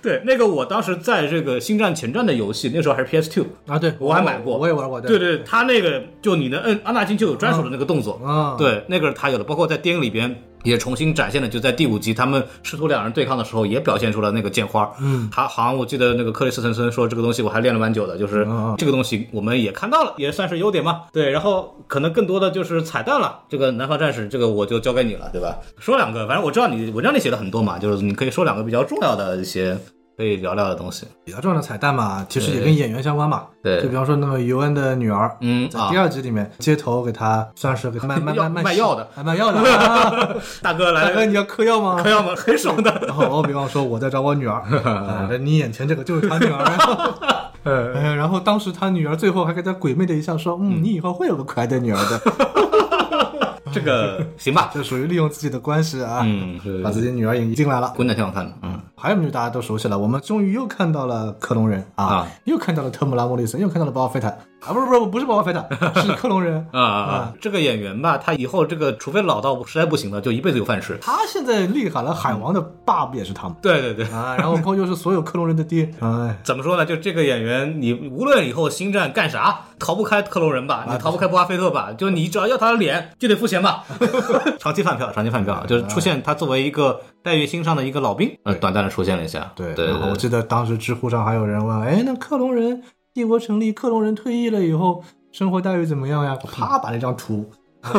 S2: 对，那个我当时在这个《星战前传》的游戏，那时候还是 PS Two，
S3: 啊对，
S2: 我还买过，
S3: 我也玩过，
S2: 对
S3: 对
S2: 对，他那个就你能摁，安纳金就有专属的那个动作，
S3: 啊，
S2: 对，那个是他有的。包括在电影里边也重新展现了，就在第五集他们师徒两人对抗的时候，也表现出了那个剑花。嗯，他好像我记得那个克里斯滕森说这个东西我还练了蛮久的，就是
S3: 嗯嗯
S2: 这个东西我们也看到了，也算是优点嘛。对，然后可能更多的就是彩蛋了。这个南方战士这个我就交给你了，对吧？说两个，反正我知道你文章里写的很多嘛，就是你可以说两个比较重要的一些可以聊聊的东西。
S3: 比较重要的彩蛋嘛，其实也跟演员相关嘛，
S2: 对
S3: 就比方说那个尤恩的女儿，
S2: 嗯
S3: 在
S2: 啊
S3: 第，二集里面街头给他算是给他卖卖卖
S2: 药卖药的
S3: 啊卖药的，啊
S2: 大哥来
S3: 大哥
S2: 了，
S3: 你要嗑药 吗
S2: 朋？友们很爽的。
S3: 然后欧比旺说：“我在找我女 儿。啊”你眼前这个就是他女儿。
S2: 嗯
S3: 哎然后当时他女儿最后还给他鬼魅的一笑，说：“嗯，你以后会有个可爱的女儿的。”
S2: 这个行吧，
S3: 这属于利用自己的关系啊，
S2: 嗯，是
S3: 把自己女儿引进来了。
S2: 滚蛋挺好看的，嗯，
S3: 还有一幕大家都熟悉了，我们终于又看到了克隆人啊，
S2: 啊
S3: 又看到了特姆拉莫里森，又看到了鲍勃菲坦啊，不是不是不是鲍勃菲坦，是克隆人。
S2: 啊啊，这个演员吧，他以后这个除非老到实在不行了，就一辈子有饭吃。
S3: 他现在厉害了，海王的爸不也是他吗？
S2: 对对对，
S3: 啊，然后后又是所有克隆人的爹，哎，
S2: 怎么说呢？就这个演员，你无论以后星战干啥，逃不开克隆人
S3: 啊
S2: 吧，你逃不开波阿菲特吧，就你只要要他的脸，就得付钱 吧。长期饭票，长期饭票，
S3: 啊
S2: 就是出现他作为一个待遇星上的一个老兵，呃，短暂的出现了一下。
S3: 对，
S2: 对
S3: 然后我
S2: 对，
S3: 记得当时知乎上还有人问，哎，那克隆人帝国成立，克隆人退役了以后，生活待遇怎么样呀？我啪把那张图， 啊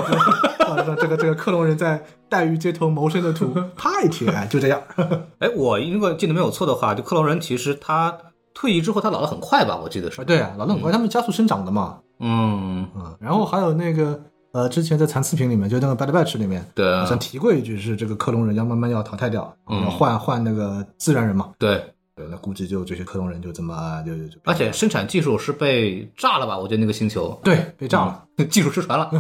S3: 这这个这个克隆人在待遇街头谋生的图，啪一贴，哎，就这样。
S2: 哎，我如果记得没有错的话，就克隆人其实他退役之后，他老得很快吧？我记得
S3: 啊，
S2: 是，
S3: 对啊，老冷怪他们加速生长的嘛，
S2: 嗯，
S3: 嗯，然后还有那个呃，之前在残次品里面，就那个 Bad Batch 里面，
S2: 对
S3: 好
S2: 啊
S3: 像提过一句是这个克隆人要慢慢要淘汰掉，
S2: 嗯
S3: 要换换那个自然人嘛，
S2: 对，
S3: 对，那估计就这些克隆人就这么就就就
S2: 而且生产技术是被炸了吧？我觉得那个星球
S3: 对被炸了，，
S2: 技术失传了。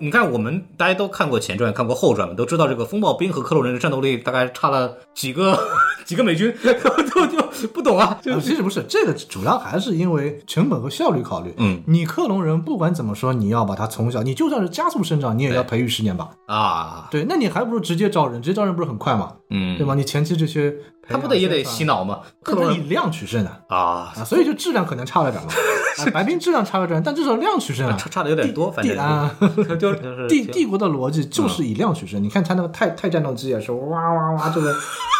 S2: 你看，我们大家都看过前传，看过后传，都知道这个风暴兵和克隆人的战斗力大概差了几个 几个美军，就就不懂啊，就
S3: 啊，其实不是，这个主要还是因为成本和效率考虑。
S2: 嗯
S3: 你克隆人不管怎么说，你要把他从小，你就算是加速生长，你也要
S2: 对
S3: 培育十年吧？
S2: 啊，
S3: 对，那你还不如直接招人，直接招人不是很快吗？
S2: 嗯
S3: 对吧？你前期这些培
S2: 他
S3: 养
S2: 不得也得
S3: 宣传
S2: 洗，脑吗？克
S3: 但
S2: 隆
S3: 它以
S2: 人
S3: 量取胜啊。
S2: 啊，
S3: 啊，所以就质量可能差 了点嘛，啊、白冰质量差了点，但至少量取胜啊。
S2: 差差的有点多，反
S3: 帝
S2: 正
S3: 啊，
S2: 就 就是嗯
S3: 帝帝国的逻辑就是以量取胜。你看他那个太太战斗机也是哇哇 哇，这个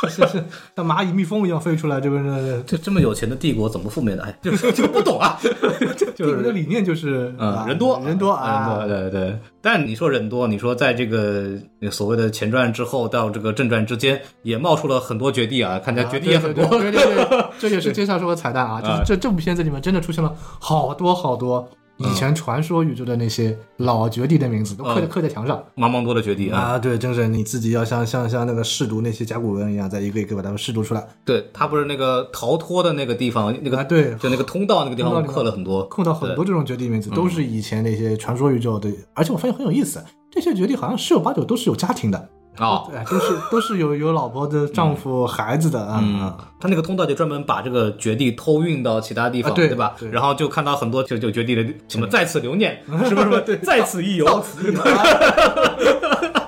S3: 是是像蚂蚁蜜蜂一样飞出来，这个是
S2: 这这么有钱的帝国怎么覆灭的？哎，就就不懂啊， 就
S3: 帝国的
S2: 是。
S3: 理念就是
S2: 嗯
S3: 啊，
S2: 人多，
S3: 人多
S2: 啊，
S3: 啊，
S2: 对对对。但你说人多，你说在这个所谓的前传之后到这个正传之间，也冒出了很多绝地啊，看起来绝地也很多。嗯
S3: 啊对对对对对对，这也是介绍说的彩蛋啊，就是这这部片子里面真的出现了好多好多以前传说宇宙的那些老绝地的名字都刻在
S2: 嗯
S3: 刻在墙上。
S2: 茫茫多的绝地啊，
S3: 啊，对，真是你自己要像像像那个试读那些甲骨文一样，再一个一个把它们试读出来。
S2: 对他不是那个逃脱的那个地方，那个
S3: 啊对
S2: 就那个通道那个地方，
S3: 通道
S2: 我
S3: 里面
S2: 刻了很多，
S3: 碰到很多这种绝地名字，都
S2: 嗯
S3: 是以前那些传说宇宙的，而且我发现很有意思，这些绝地好像十有八九都是有家庭的，
S2: 啊。
S3: 哎，都是都是有有老婆的、丈夫、孩子的啊。
S2: 嗯，他那个通道就专门把这个绝地偷运到其他地方，
S3: 啊对
S2: 吧
S3: 对
S2: 然后就看到很多就就绝地的什么在此留念，什么什 么在此一游，
S3: 此一游啊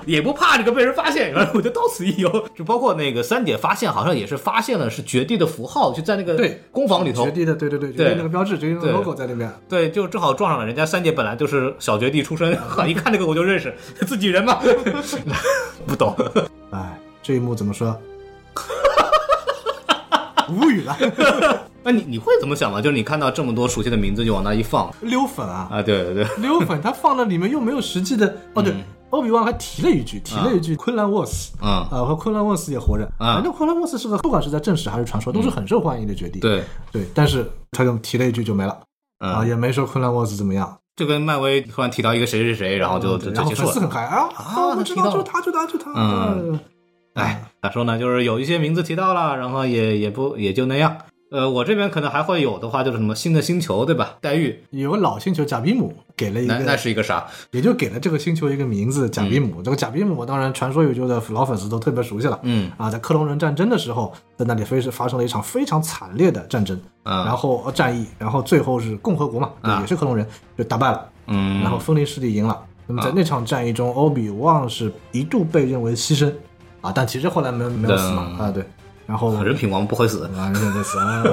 S2: 也不怕这个被人发现，然后我就到此一游。 就包括那个三姐发现，好像也是发现了是绝地的符号，就在那个
S3: 对
S2: 工坊里头
S3: 绝。地的，对对对，绝
S2: 对
S3: 地那个标志，绝地那个
S2: 对
S3: logo 在那边。
S2: 对，就正好撞上了。人家三姐本来就是小绝地出身， 一看这个我就认识， 自己人嘛，不懂。
S3: 哎，这一幕怎么说？无语了，
S2: 那你你会怎么想嘛？就是你看到这么多熟悉的名字就往那一放
S3: 溜粉啊！
S2: 啊，对对对，
S3: 溜粉，他放到里面又没有实际的。哦，对，奥比旺还提了一句，提了一句昆兰沃斯。
S2: 啊嗯
S3: 啊，和昆兰沃斯也活着。
S2: 啊嗯
S3: 反正昆兰沃斯是个，不管是在正史还是传说，都是很受欢迎的绝地。
S2: 对，
S3: 对，但是他就提了一句就没了，啊，
S2: 嗯，
S3: 也没说昆兰沃斯怎么样。
S2: 就跟漫威突然提到一个谁谁谁，然后哦就就
S3: 对
S2: 就
S3: 然后
S2: 结束
S3: 粉丝
S2: 了。
S3: 很嗨啊啊，我知
S2: 提
S3: 道
S2: 到
S3: 就他就他就他。
S2: 嗯
S3: 嗯，
S2: 哎，咋说呢？就是有一些名字提到了，然后也也不也就那样。呃，我这边可能还会有的话，就是什么新的星球，对吧？黛玉，
S3: 有个老星球贾比姆给了一
S2: 那那
S3: 个，
S2: 是一个啥？
S3: 也就给了这个星球一个名字贾比姆。这个贾比姆当然传说有就的老粉丝都特别熟悉了。
S2: 嗯
S3: 啊，在克隆人战争的时候，在那里非是发生了一场非常惨烈的战争，
S2: 啊
S3: 然后呃战役，然后最后是共和国嘛，对
S2: 啊
S3: 也是克隆人就打败了。
S2: 嗯，
S3: 然后分离势力赢了。那么在那场战役中，欧比旺是一度被认为牺牲啊，但其实后来没有没有死嘛
S2: 嗯
S3: 啊，对。然后
S2: 人品王不会死，
S3: 啊，人没死啊。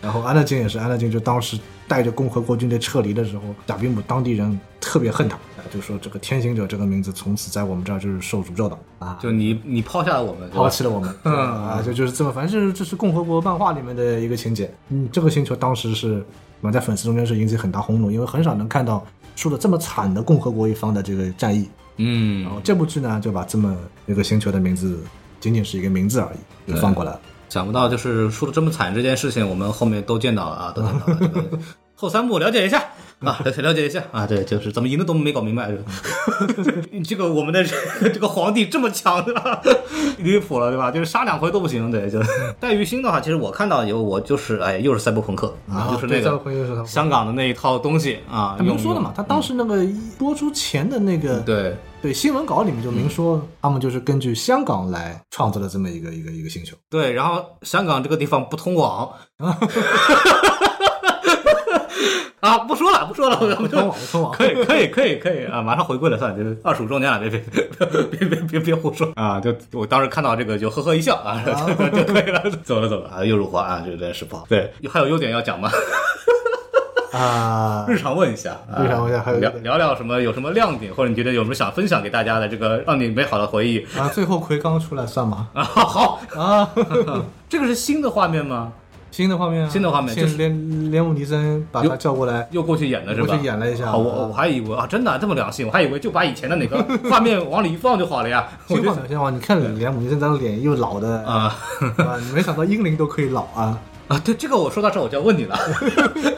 S3: 然后安乐金也是，安乐金就当时带着共和国军队撤离的时候，贾比姆当地人特别恨他，啊就说这个天行者这个名字从此在我们这儿就是受诅咒的啊，
S2: 就你你抛下了我们，对吧
S3: 抛弃了我们。嗯啊，就就是这么，反正这是共和国漫画里面的一个情节。嗯，这个星球当时是，我在粉丝中间是引起很大轰动，因为很少能看到输的这么惨的共和国一方的这个战役。然
S2: 嗯，
S3: 后这部剧呢，就把这么一个星球的名字，仅仅是一个名字而已，就放过来了。
S2: 想不到就是输的这么惨这件事情，我们后面都见到了啊，都见到了。这 个后三部了解一下
S3: 嗯
S2: 啊，了解了解一下啊，对，就是怎么赢的都没搞明白， 是吧这个我们的这个皇帝这么强，对吧？离谱了，对吧？就是杀两回都不行， 对，就戴玉星的话，其实我看到以后，我就是哎，又是赛博朋克，
S3: 啊
S2: 就是
S3: 对
S2: 那
S3: 赛博朋克又是赛博
S2: 个
S3: 朋克
S2: 香港的那一套东西啊，
S3: 他明
S2: 用
S3: 说了嘛，他当时那个一播出前的那个
S2: 对
S3: 对新闻稿里面就明说，
S2: 嗯
S3: 他们就是根据香港来创作了这么一个一个一个星球。
S2: 对，然后香港这个地方不通 网。 啊，不说了，不说了， 我们
S3: 不
S2: 就
S3: 通网，不通 网。
S2: 可以，可以，可以，可以啊！马上回归了，算了，就是二十五周年了，别别别别别别别胡说啊！就我当时看到这个就呵呵一笑啊，就 就可以了，走了走了啊，又辱华啊，这真是不好。对，还有优点要讲吗？
S3: 啊
S2: 日常问一下，啊
S3: 日常问一下还有
S2: 聊
S3: 优点
S2: 聊聊什么？有什么亮点，或者你觉得有什么想分享给大家的这个让你美好的回忆
S3: 啊！最后奎刚出来算吗？
S2: 啊？好，
S3: 啊，
S2: 这个是新的画面吗？
S3: 新的画面啊，
S2: 新的画面就
S3: 现在
S2: 是
S3: 连连姆尼森把他叫过来，
S2: 又过去演了是吧？
S3: 过去演了一下
S2: 哦我我还以为啊，真的啊这么良心，我还以为就把以前的哪个画面往里一放就好了呀。 我
S3: 新
S2: 就
S3: 画面，新画面。你看连姆尼森他的脸又老的
S2: 啊
S3: 啊，没想到英灵都可以老 啊！
S2: 啊，对这个我说到这儿我就要问你 了，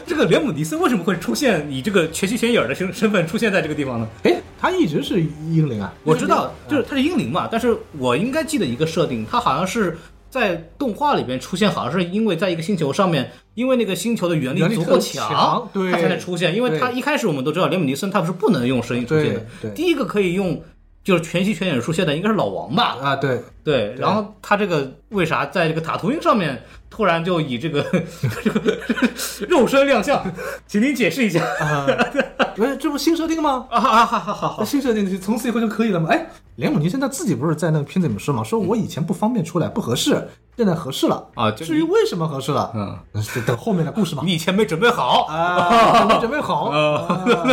S2: 这个连姆尼森为什么会出现以这个全息全影儿的身身份出现在这个地方呢？
S3: 哎，他一直是英灵啊，
S2: 我知道，就是他是英灵嘛，但是我应该记得一个设定，他好像是。在动画里边出现，好像是因为在一个星球上面，因为那个星球的原力
S3: 原力
S2: 足够
S3: 特别强对
S2: 它才能出现。因为它
S3: 对
S2: 一开始我们都知道，连姆尼森他不是不能用声音出现
S3: 对
S2: 的，
S3: 对
S2: 第一个可以用就是全息全演出现的应该是老王吧？
S3: 啊，对，
S2: 对，然后他这个为啥在这个塔图因上面突然就以这个 这个肉身亮相？请您解释一下。
S3: 啊，不是这不新设定吗？
S2: 啊，好好好好
S3: 那
S2: 好，
S3: 新设定就从此以后就可以了吗？哎，连姆尼现在自己不是在那个片子里面说嘛，说我以前不方便出来，不合适，现在合适了
S2: 啊就
S3: 至于为什么合适了，
S2: 嗯，
S3: 就等后面的 故事嘛。
S2: 你以前没准备好，
S3: 啊，准备准备好
S2: 哦
S3: 啊，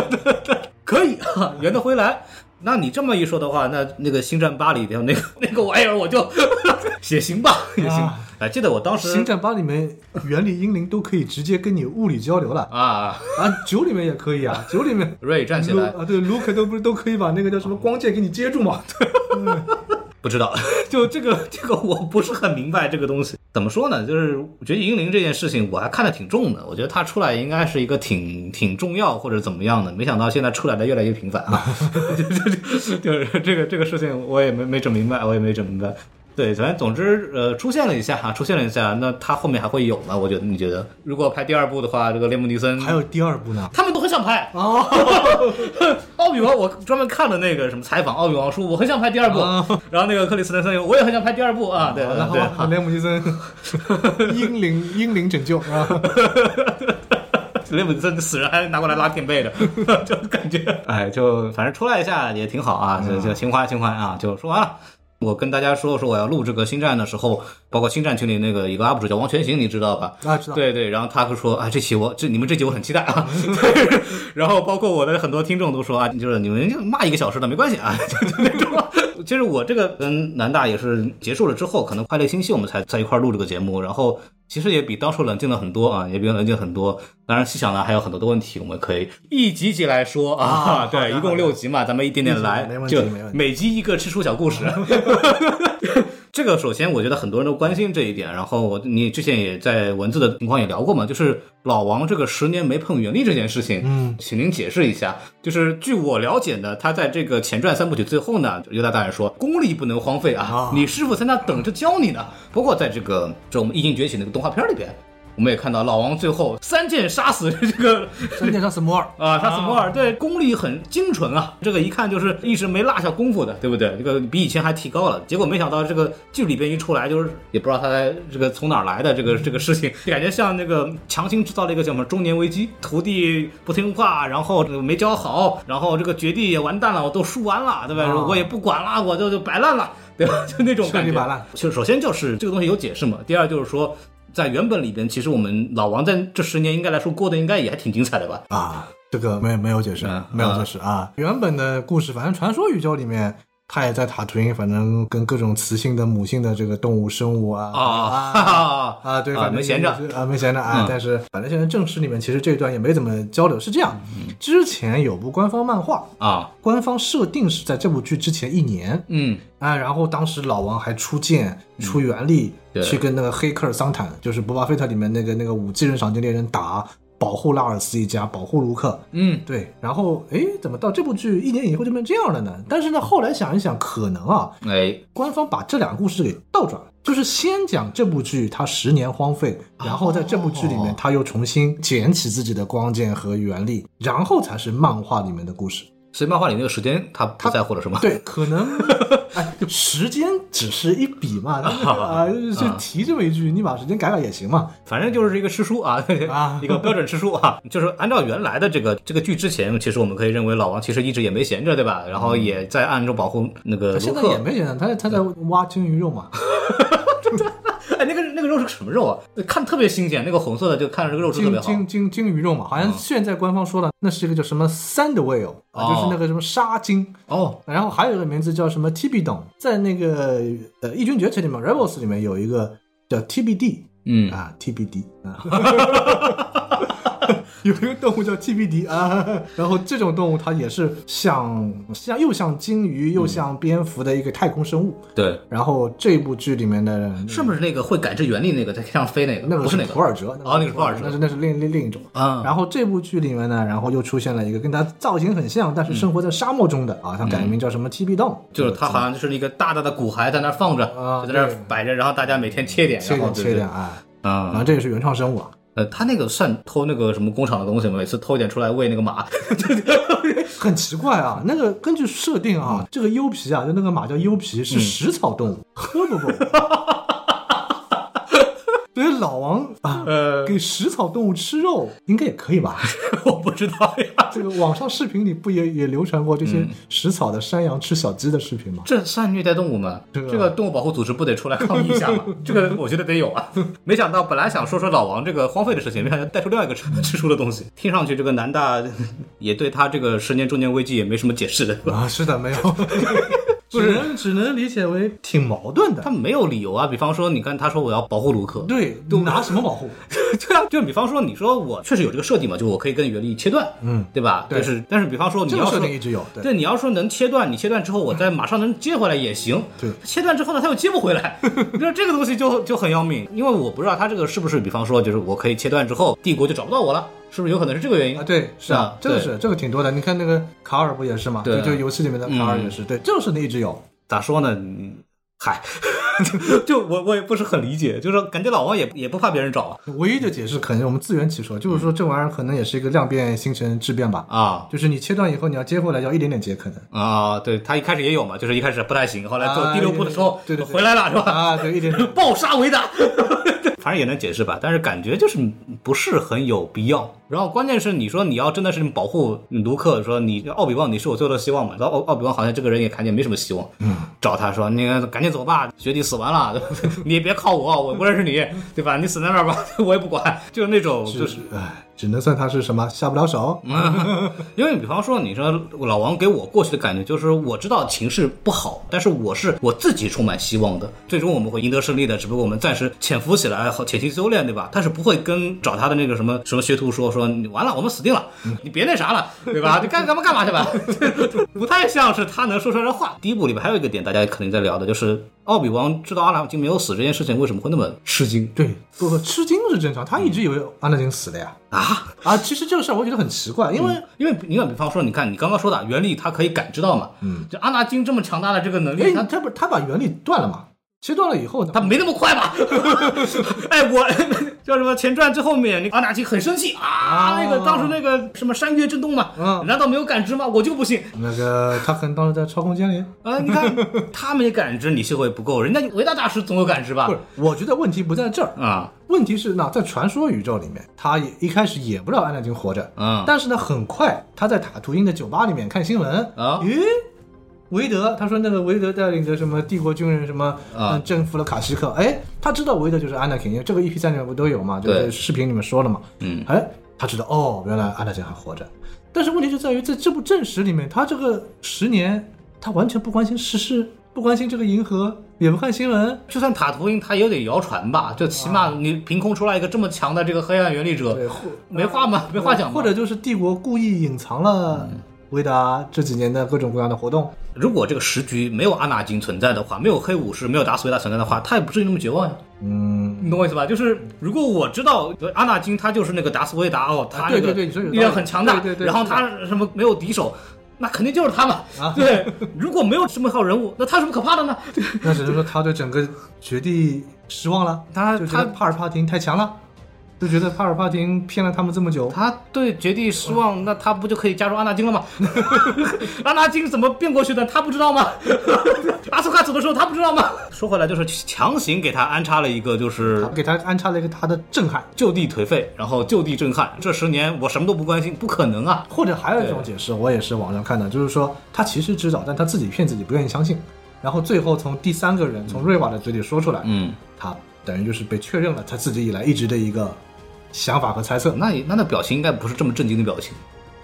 S2: 可以 圆得回来。那你这么一说的话，那那个《星战八》里头那个 那个玩意儿，我就 也行吧，也行
S3: 啊。
S2: 哎，记得我当时
S3: 星战八里面原理英灵都可以直接跟你物理交流了
S2: 啊，
S3: 啊，九里面也可以 啊，九里面
S2: 瑞站起
S3: 卢
S2: 来，
S3: 啊，对，卢克都不是都可以把那个叫什么光剑给你接住嘛？
S2: 哦
S3: 对，
S2: 不知道， 就这个这个我不是很明白这个东西怎么说呢？就是我觉得银铃这件事情我还看得挺重的，我觉得它出来应该是一个挺挺重要或者怎么样的，没想到现在出来的越来越频繁啊， 就是就是这个这个事情我也没没整明白，我也没整明白。对，反正总之，呃，出现了一下哈，出现了一下，那它后面还会有吗？我觉得，你觉得，如果拍第二部的话，这个雷姆尼森
S3: 还有第二部 呢。哦
S2: 他们都很想拍。 奥比王，我专门看了那个什么采访奥比王说，我很想拍第二部。
S3: 哦
S2: 然后那个克里斯滕森，我也很想拍第二部啊啊。对对对
S3: 然后
S2: 对
S3: 吧，
S2: 啊，
S3: 连姆尼森 英灵英灵拯救啊，
S2: 雷姆森死人还拿过来拉垫背的， 就感觉哎，就反正出来一下也挺好啊，就就情怀情怀啊，就说完了。我跟大家说说我要录这个星战的时候，包括星战群里那个一个 UP 主叫王全行，你知道吧？
S3: 大家啊知道
S2: 对对，然后他就说啊，这期我这你们这集我很期待啊。 对然后包括我的很多听众都说啊，就是你们就骂一个小时的没关系啊， 就就那种。其实我这个跟南大也是结束了之后，可能快乐星期我们才在一块儿录这个节目，然后其实也比当初冷静了很多啊，也比冷静很多。当然细想呢，还有很多的问题，我们可以一集一集来说啊。
S3: 啊好
S2: 对，
S3: 的
S2: 一共六集嘛，咱们一点点来
S3: 没问，题
S2: 就
S3: 没问题
S2: 每集一个吃书小故事。 这个首先，我觉得很多人都关心这一点。然后我你之前也在文字的情况也聊过嘛，就是老王这个十年没碰原力这件事情，
S3: 嗯，
S2: 请您解释一下。就是据我了解呢，他在这个前传三部曲最后呢，尤大大人说功力不能荒废啊
S3: 啊，
S2: 你师傅在那等着教你呢。包括在这个这我们《异形崛起》那个动画片里边，我们也看到老王最后三剑杀死这个
S3: 三剑杀死摩尔
S2: 啊，杀死摩尔，对，功力很精纯啊，这个一看就是一直没落下功夫的，对不对？这个比以前还提高了。结果没想到这个剧里边一出来，就是也不知道他在这个从哪儿来的这
S3: 嗯
S2: 个这个事情，感觉像那个强行制造了一个叫什么中年危机，徒弟不听话，然后没教好，然后这个绝地也完蛋了，我都输完了，对吧？
S3: 啊
S2: 我也不管了，我就就摆烂了，对吧？ 就那种感
S3: 彻
S2: 觉
S3: 底摆烂。
S2: 就首先就是这个东西有解释嘛，第二就是说。在原本里边，其实我们老王在这十年应该来说过得应该也还挺精彩的吧？
S3: 啊，这个没有没有解释
S2: 嗯，
S3: 没有解释啊。原本的故事，反正传说宇宙里面，他也在塔图因，反正跟各种雌性的、母性的这个动物、生物啊
S2: 啊哈
S3: 啊
S2: 哈
S3: 啊，对，
S2: 啊
S3: 反正
S2: 没闲着
S3: 就是啊，没闲着啊
S2: 嗯。
S3: 但是反正现在正史里面，其实这一段也没怎么交流。是这样，之前有部官方漫画，
S2: 啊，
S3: 官方设定是在这部剧之前一年，
S2: 嗯，
S3: 啊，然后当时老王还出剑、出原力、
S2: 对
S3: 去跟那个黑客桑坦，就是《博巴菲特》里面那个那个五技能赏金猎人打，保护拉尔斯一家，保护卢克。
S2: 嗯，
S3: 对，然后诶，怎么到这部剧一年以后就变这样了呢？但是呢，后来想一想，可能啊，
S2: 哎，
S3: 官方把这两个故事给倒转了，就是先讲这部剧它十年荒废，然后在这部剧里面
S2: 哦
S3: 他又重新捡起自己的光剑和原力，然后才是漫画里面的故事。
S2: 所以漫画里那个时间他不在乎了是吗？
S3: 对，可能哎，时间只是一笔嘛，那个啊，就提这么一句，你把时间改改也行嘛。
S2: 反正就是一个吃书啊，
S3: 啊
S2: 一个标准吃书啊，就是按照原来的这个这个剧之前，其实我们可以认为老王其实一直也没闲着，对吧？然后也在暗中保护那个
S3: 他
S2: 呃卢
S3: 现在也
S2: 克。
S3: 没人，他他在挖鲸鱼肉嘛，
S2: 哎，那个那个肉是什么肉啊？看特别新鲜，那个红色的就看着这个肉质特别
S3: 鲸
S2: 好。嗯
S3: 鲸鲸鲸鱼肉嘛，好像现在官方说了，那是一个叫什么 sand whale 啊，就是那个什么沙鲸。
S2: 哦，
S3: 然后还有一个名字叫什么 TBD，在那个呃《异军崛起》里面，Rebels 里面有一个叫 TBD
S2: 嗯，
S3: 啊，TBD 啊。 有一个动物叫 TBD 啊，然后这种动物它也是像像又像鲸鱼
S2: 嗯
S3: 又像蝙蝠的一个太空生物。
S2: 对，
S3: 然后这部剧里面的
S2: 是不是那个会改制原力那个在天上飞那个？
S3: 那
S2: 不
S3: 个
S2: 是那
S3: 普尔哲
S2: 哦那个是普尔哲
S3: 那是那是另另另一种。
S2: 啊
S3: 然后这部剧里面呢，然后又出现了一个跟它造型很像，但是生活在沙漠中的啊，它改名叫什么 TBD，
S2: 嗯就是他好像就是一个大大的骨骸在那儿放着，
S3: 嗯啊
S2: 就在那
S3: 对
S2: 儿摆着，然后大家每天切点，
S3: 切
S2: 然后
S3: 点
S2: 对
S3: 切点
S2: 对
S3: 啊，
S2: 嗯
S3: 然后这也是原创生物啊。
S2: 呃，他那个算偷那个什么工厂的东西吗？每次偷一点出来喂那个马，
S3: 很奇怪啊，那个根据设定
S2: 嗯
S3: 啊，这个幽皮啊，就那个马叫幽皮，是食草动物，喝不不。 所以老王啊，
S2: 呃
S3: 给食草动物吃肉应该也可以吧？
S2: 我不知道呀。
S3: 这个网上视频里不也也流传过这
S2: 嗯
S3: 些食草的山羊吃小鸡的视频吗？
S2: 这算虐待动物吗？
S3: 这个
S2: 这个动物保护组织不得出来抗议一下 吗？这个我觉得得有啊。没想到本来想说说老王这个荒废的事情，没想到带出另外一个吃吃出的东西。听上去这个南大也对他这个十年中年危机也没什么解释的。
S3: 啊，是的，没 有，只能只能理解为挺矛盾的
S2: 他。没有理由啊，比方说，你看他说我要保护卢克，
S3: 对，拿什么保护？
S2: 对啊，就比方说，你说我确实有这个设定嘛，就我可以跟原力切断，
S3: 嗯
S2: 对吧？
S3: 对
S2: 就是，但是比方说你
S3: 这个
S2: 要
S3: 设
S2: 说
S3: 定一直有，对
S2: 对，你要说能切断，你切断之后，我再马上能接回来也行。
S3: 对
S2: 切断之后呢，它又接不回 来，那这个东西就就很要命，因为我不知道它这个是不是，比方说，就是我可以切断之后，帝国就找不到我了，是不是有可能是这个原因
S3: 啊，？对，啊是啊
S2: 啊，
S3: 这个
S2: 对
S3: 是这个挺多的。你看那个卡尔不也是吗？
S2: 对
S3: 就就游戏里面的卡尔也是，对，这个设定一直有。
S2: 咋说呢？嗯嗨， 就我我也不是很理解，就是说感觉老王也也不怕别人找
S3: 唯一的解释可能我们自圆其说，就是说这玩意儿可能也是一个量变形成质变吧。
S2: 啊。
S3: 就是你切断以后，你要接回来要一点点接，可能
S2: 啊，对他一开始也有嘛，就是一开始不太行，后来
S3: 啊
S2: 做第六部的时候，
S3: 对对对
S2: 回来了是吧？
S3: 啊，对，一点 点。
S2: 暴杀维达，反正也能解释吧，但是感觉就是不是很有必要。然后关键是你说你要真的是保护卢克，说你奥比旺你是我最后的希望嘛，然后奥奥比旺好像这个人也看见没什么希望，嗯，找他说那个赶紧走吧，学弟死完了， 你也别靠我，我不认识你，对吧？你死在那儿吧， 我也不管，就是那种就是
S3: 是，哎，只能算他是什么下不了手。
S2: 因为比方说，你说老王给我过去的感觉就是，我知道情势不好，但是我是我自己充满希望的，最终我们会赢得胜利的，只不过我们暂时潜伏起来，好潜心修炼，对吧？但是不会跟找他的那个什么什么学徒说说，你完了，我 们死定了，你别那啥了，对吧？你干干嘛干嘛去吧，不太像是他能说出来的话。第一部里面还有一个点，大家肯定在聊的就是奥比王知道阿拉金没有死这件事情，为什么会那么吃惊
S3: 对，不不，吃惊是正常，他一直以为安德金死了呀。
S2: 啊？
S3: 啊，其实这个事儿我觉得很奇怪，因为
S2: 因为你看，比方说，你看你刚刚说的原力，它可以感知到嘛，嗯，就阿纳金这么强大的这个能
S3: 哎
S2: 力，，他
S3: 他不他把原力断了嘛？切断了以后呢，
S2: 他没那么快吧？ 哎，我叫什么前传最后面，那个阿纳金很生气啊，那个当时那个什么山岳震动嘛，
S3: 嗯
S2: 难道没有感知吗？我就不信
S3: 那个他可能当时在超空间里。
S2: 啊！你 看他没感知，你修为不够，人家维达大师总有感知吧
S3: 不？是，我觉得问题不在这儿，
S2: 啊，
S3: 问题是那在传说宇宙里面，他也一开始也不知道安纳金活着，
S2: 嗯
S3: 但是呢，很快他在塔图因的酒吧里面看新闻
S2: 啊
S3: 咦，韦德，他说那个韦德带领着什么帝国军人什么，
S2: 啊
S3: 嗯，征服了卡西克，哎，他知道韦德就是安纳金，因为这个 EP 三里面不都有嘛，就
S2: 对
S3: 是视频里面说了嘛，
S2: 嗯
S3: 哎，他知道哦，原来安纳金还活着，但是问题就在于在这部正史里面，他这个十年他完全不关心时事，不关心这个银河，也不看新闻，
S2: 就算塔图因，他也有点谣传吧？就起码你凭空出来一个这么强的这个黑暗原力
S3: 啊对，
S2: 者，
S3: 或
S2: 没话吗？没话讲吗？嗯
S3: 或者就是帝国故意隐藏了维达这几年的各种各样的活动。
S2: 如果这个时局没有阿纳金存在的话，没有黑武士，没有达斯维达存在的话，他也不至于那么绝望呀。
S3: 嗯，
S2: 你懂我意思吧？就是如果我知道呃阿纳金他就是那个达斯维达哦，他
S3: 啊对
S2: 那个
S3: 对对你说有道理
S2: 力量很强大，
S3: 对对对
S2: 然后
S3: 是的
S2: 他什么没有敌手。那肯定就是他嘛， 对。如果没有这么号人物，那他有什么可怕的呢？
S3: 那只能说他对整个绝地失望了，
S2: 他
S3: 就觉得
S2: 他
S3: 帕尔帕廷太强了，就觉得帕尔帕廷骗了他们这么 久。
S2: 他对绝地失望，那他不就可以加入阿纳金了吗？ 阿纳金怎么变过去的？他不知道 吗？阿苏卡走的时候他不知道吗？说回来，就是强行给他安插了一个就是
S3: 给他安插了一个他的震撼，
S2: 就地颓废，然后就地震撼。这十年我什么都不关心，不可能啊！
S3: 或者还有一种解释，我也是网上看的，就是说他其实知道，但他自己骗自己，不愿意相信，然后最后从第三个人从瑞瓦的嘴里说出来，
S2: 嗯，
S3: 他等于就是被确认了他自己以来一直的一个想法和猜测。
S2: 那那那表情应该不是这么震惊的表情，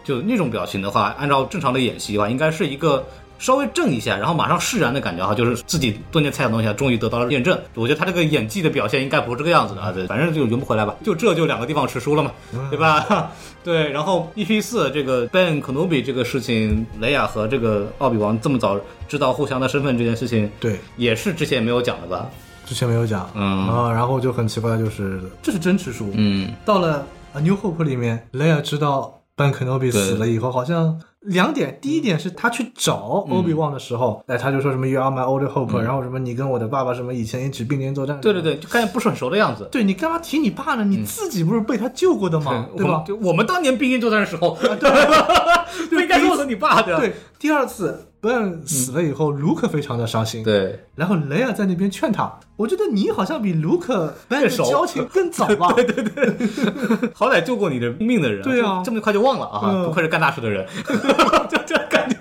S2: 就那种表情的话，按照正常的演习的话，应该是一个稍微震一下，然后马上释然的感觉哈，就是自己多年猜想的东西啊，终于得到了验证。我觉得他这个演技的表现应该不是这个样子的啊，对，反正就圆不回来吧，就这就两个地方吃书了嘛，对吧？ 对，然后 EP 四这个 Ben Kenobi 这个事情，雷亚和这个奥比王这么早知道互相的身份这件事情，
S3: 对，
S2: 也是之前也没有讲的吧？
S3: 之前没有讲，
S2: 嗯
S3: 啊，然后就很奇怪，就是这是真吃书，呃
S2: 嗯，
S3: 到了《A New Hope》里面，雷尔知道班肯诺比死了以后，好像两点，第一点是他去找
S2: 嗯
S3: 欧比旺的时候，哎，他就说什么 “You are my old hope”，、然后什么你跟我的爸爸什么以前一起并肩作战。
S2: 对对对，就看见不是很熟的样子。
S3: 对，你干嘛提你爸呢？你自己不是被他救过的吗？啊对吧？啊
S2: 我们我们当年毕业作战的时候， 不应该说我是你爸的。
S3: 对，第二次 Ben 死了以后，卢克非常的伤心。，
S2: 对，
S3: 然后雷亚在那边劝他，我觉得你好像比卢 克 Ben 的
S2: 熟
S3: 交情更早 吧？对对
S2: 好歹救过你的命的人，
S3: 对啊
S2: 就这么快就忘了啊！
S3: 嗯
S2: 不愧是干大事的人， 就这感觉。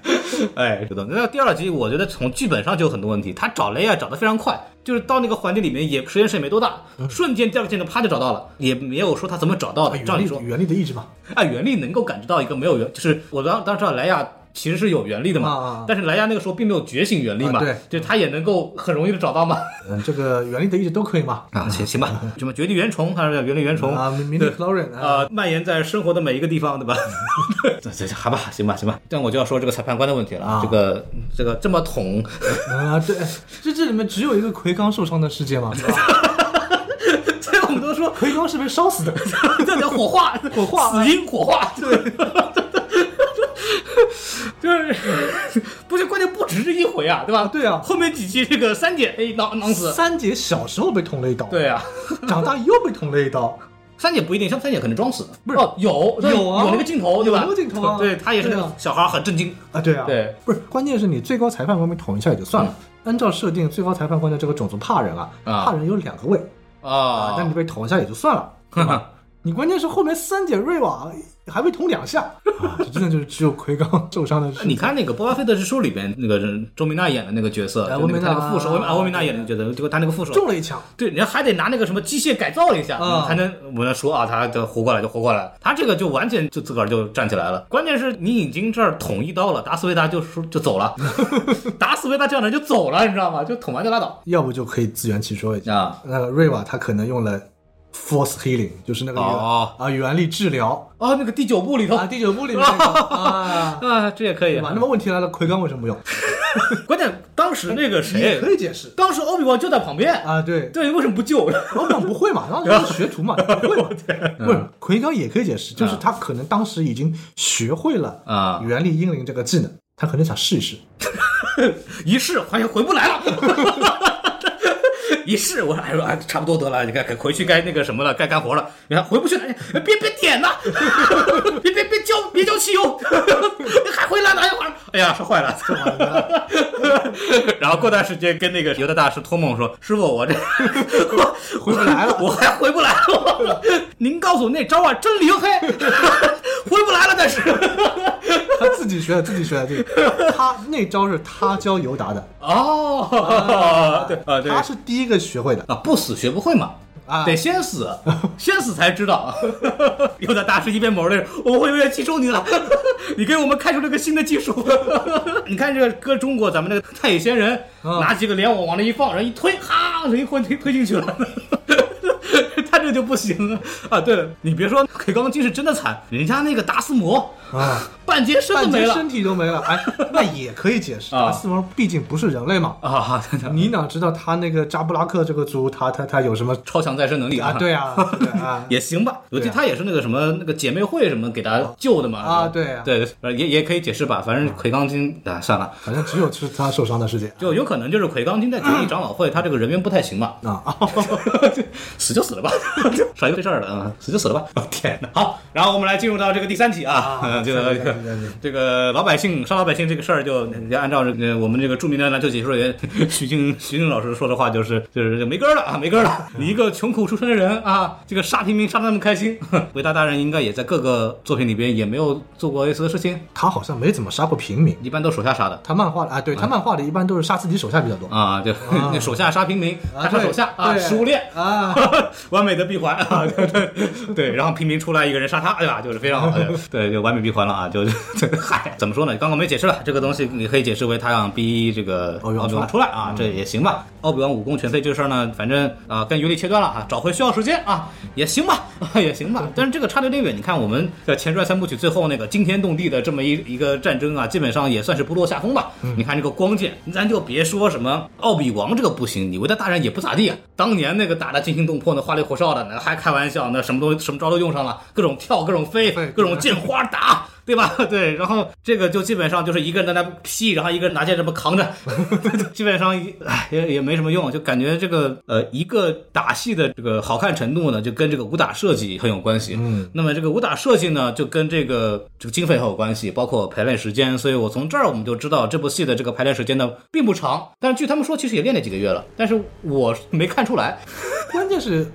S2: 哎，是的。那第二集我觉得从剧本上就有很多问题，他找雷亚啊找得非常快，就是到那个环境里面也时间是也没多大，
S3: 嗯
S2: 瞬间第二个镜头啪就找到了，也没有说他怎么找到的。照
S3: 原
S2: 理
S3: 力
S2: 说，
S3: 哦哎原力的意志嘛。
S2: 按原力能够感知到一个没有原，就是我当当时知道莱亚其实是有原力的嘛，
S3: 啊啊啊
S2: 但是莱亚那个时候并没有觉醒原力嘛，
S3: 啊对
S2: 就他也能够很容易的找到嘛。
S3: 嗯，这个原力的意志都可以嘛？
S2: 啊，行行 吧，什么绝地原虫还是叫原力原虫
S3: 啊，明明
S2: 对
S3: 尼 c l o r i n 啊，
S2: 啊、蔓延在生活的每一个地方， 对吧？这这这好吧，行吧，行吧。但我就要说这个裁判官的问题了，
S3: 啊
S2: 这个这个这么捅，
S3: 啊，对，这这里面只有一个奎刚受伤的事件嘛？对吧
S2: 这我们都说
S3: 奎刚是被烧死的。
S2: 这叫火化， 火
S3: 化
S2: 死因火化， 对。就是，不是关键不止这一回啊，对吧？
S3: 对啊
S2: 后面几期这个三姐哎囊囊死，
S3: 三姐小时候被捅了一刀，
S2: 对，啊，
S3: 长大又被捅了一刀，
S2: 三姐不一定，像三姐可能装死的，
S3: 不是
S2: 哦，有
S3: 有啊
S2: 有那个镜头对吧？
S3: 有那个镜头啊
S2: 对她也是那
S3: 对
S2: 个
S3: 啊
S2: 小孩很震惊，
S3: 啊，对啊，
S2: 对，
S3: 不是，关键是你最高裁判官被捅一下也就算了，按照设定，最高裁判官的这个种族怕人啊，
S2: 啊
S3: 怕人有两个位
S2: 啊
S3: 但你被捅一下也就算了，对 吧你关键是后面三姐瑞瓦还被捅两下，啊， 这真的就是只有奎刚受伤的事。
S2: 你看那个《波巴费特之书》里边那个人周明娜演的那个角色，
S3: 哎
S2: 就那
S3: 温
S2: 个
S3: 明
S2: 他
S3: 娜
S2: 那个副手，温啊温明娜演的角色，结果他那个副手
S3: 中了一枪，
S2: 对，人家还得拿那个什么机械改造一下，
S3: 啊
S2: 才能我们要说啊，他就活过来就活过来了。他这个就完全就自个儿就站起来了。关键是你已经这儿捅一刀了，达斯维达就说就走 了，达斯维达这样的人就走了，你知道吗？就捅完就拉倒
S3: 要不就可以自圆其说一下。
S2: 啊。
S3: 那个瑞瓦他可能用了 force healing，就是那个原
S2: 哦
S3: 啊原力治疗
S2: 哦，那个第九部里头
S3: 啊，
S2: 啊
S3: 第九部里面那 个啊，
S2: 这也可以
S3: 对吧？那么问题来了，奎刚为什么不用？
S2: 关键当时那个谁
S3: 也，可以解释
S2: 当时欧比旺就在旁边，
S3: 啊，对，
S2: 对，为什么不救？
S3: 老板不 会嘛，然后他是学徒嘛，不会嘛，不是奎刚也可以解释，就是他可能当时已经学会了
S2: 啊
S3: 原力英灵这个技能，他可能想试一试，
S2: 一试发现回不来了。一试，我说哎呦，哎差不多得了，你看该回去该那个什么了，该干活了。你看回不去了，哎别别点呐， 别别别浇别浇汽油，还回来了，哎呀，我说哎呀，烧坏了。 然后过段时间跟那个犹太大师托梦说，师傅，我这我
S3: 回不来了
S2: 我还回不来了。您告诉我那招啊，真灵嘿，回不来了，但是
S3: 他自己学的，自己学的这个， 他那招是他教尤达的，
S2: 哦，对啊，对
S3: 他是第一个学会的，
S2: 啊，不死学不会嘛，
S3: 啊
S2: 得先死，先死才知道。 又在大师一边磨着，我会永远记住你了， 你给我们开出了个新的技术。 你看这个搁中国，咱们那个太乙仙人、
S3: 啊
S2: 拿几个莲藕往那一放，人一推，哈，人一推推推进去了。 他这就不行了啊！对了，你别说，给刚金是真的惨，人家那个达斯摩
S3: 啊，
S2: 半截身
S3: 半
S2: 都没
S3: 截
S2: 了
S3: 身体都没了，哎，那也可以解释，
S2: 啊
S3: 达斯摩毕竟不是人类嘛，
S2: 啊！
S3: 你哪知道他那个扎布拉克这个族，他他他有什么
S2: 超强再生能力。
S3: 啊？对啊，对啊
S2: 也行吧，我记得
S3: 对啊
S2: 他也是那个什么那个姐妹会什么给他救的嘛。
S3: 啊
S2: 是吧
S3: 对啊嗯
S2: 对，呃也也可以解释吧，反正魁罡金啊，算了，
S3: 反正只有是他受伤的事件
S2: 就有可能就是魁罡金在绝地长老会，他这个人员不太行嘛，
S3: 啊啊！
S2: 死就死了吧，少一个这事儿了啊，死就死了吧。 哦天哪！好，然后我们来进入到这个第三集啊
S3: 啊，
S2: 嗯这
S3: 下
S2: 个
S3: 一
S2: 这
S3: 个
S2: 个
S3: 下一个下一个
S2: 这个老百姓杀老百姓这个事儿，就就按照这个我们这个著名的篮球解说员徐静徐静老师说的话，就是就是没根儿了啊，没根儿了。 你一个穷苦出身的人啊，这个杀平民杀的那么开心， 维达大人应该也在各个作品里边也没有做过类似的事情，
S3: 他好像没怎么杀过平民，
S2: 一般都手下杀的。
S3: 他漫画的啊，对他漫画里一般都是杀自己手下比较多
S2: 啊，就 那手下杀平民，
S3: 啊
S2: 他杀
S3: 对
S2: 手下啊，
S3: 对
S2: 食物链
S3: 啊，
S2: 完美的闭环啊，对对对，然后平民出来一个人杀他，对吧？就是非常好的，对，就完美闭环了啊，就 嗨，怎么说呢？刚刚我们也解释了，这个东西你可以解释为他想逼这个
S3: 奥比
S2: 奥
S3: 王
S2: 比
S3: 出来
S2: 王出来啊，这也行吧。奥比王武功全废这事儿呢，反正啊跟尤利切断了啊，找回需要时间啊，也行吧， 也行吧。但是这个差的有点远，你看我们的前传三部曲最后那个惊天动地的这么一一个战争啊，基本上也算是不落下风吧。你看这个光剑，咱就别说什么奥比王这个不行，你维他大人也不咋地啊。当年那个打得惊心动魄，那花里胡哨的，那还开玩笑，那什么都什么招都用上了，各种跳，各种飞
S3: 对，
S2: 各种剑花打。对吧？ 对，然后这个就基本上就是一个人在那劈，然后一个人拿剑这么扛着， 基本上一唉也也没什么用，就感觉这个呃一个打戏的这个好看程度呢，就跟这个武打设计很有关系。嗯，那么这个武打设计呢，就跟这个这个经费很有关系，包括排练时间。所以我从这儿我们就知道这部戏的这个排练时间呢并不长，但是据他们说其实也练了几个月了，但是我没看出来。
S3: 关键是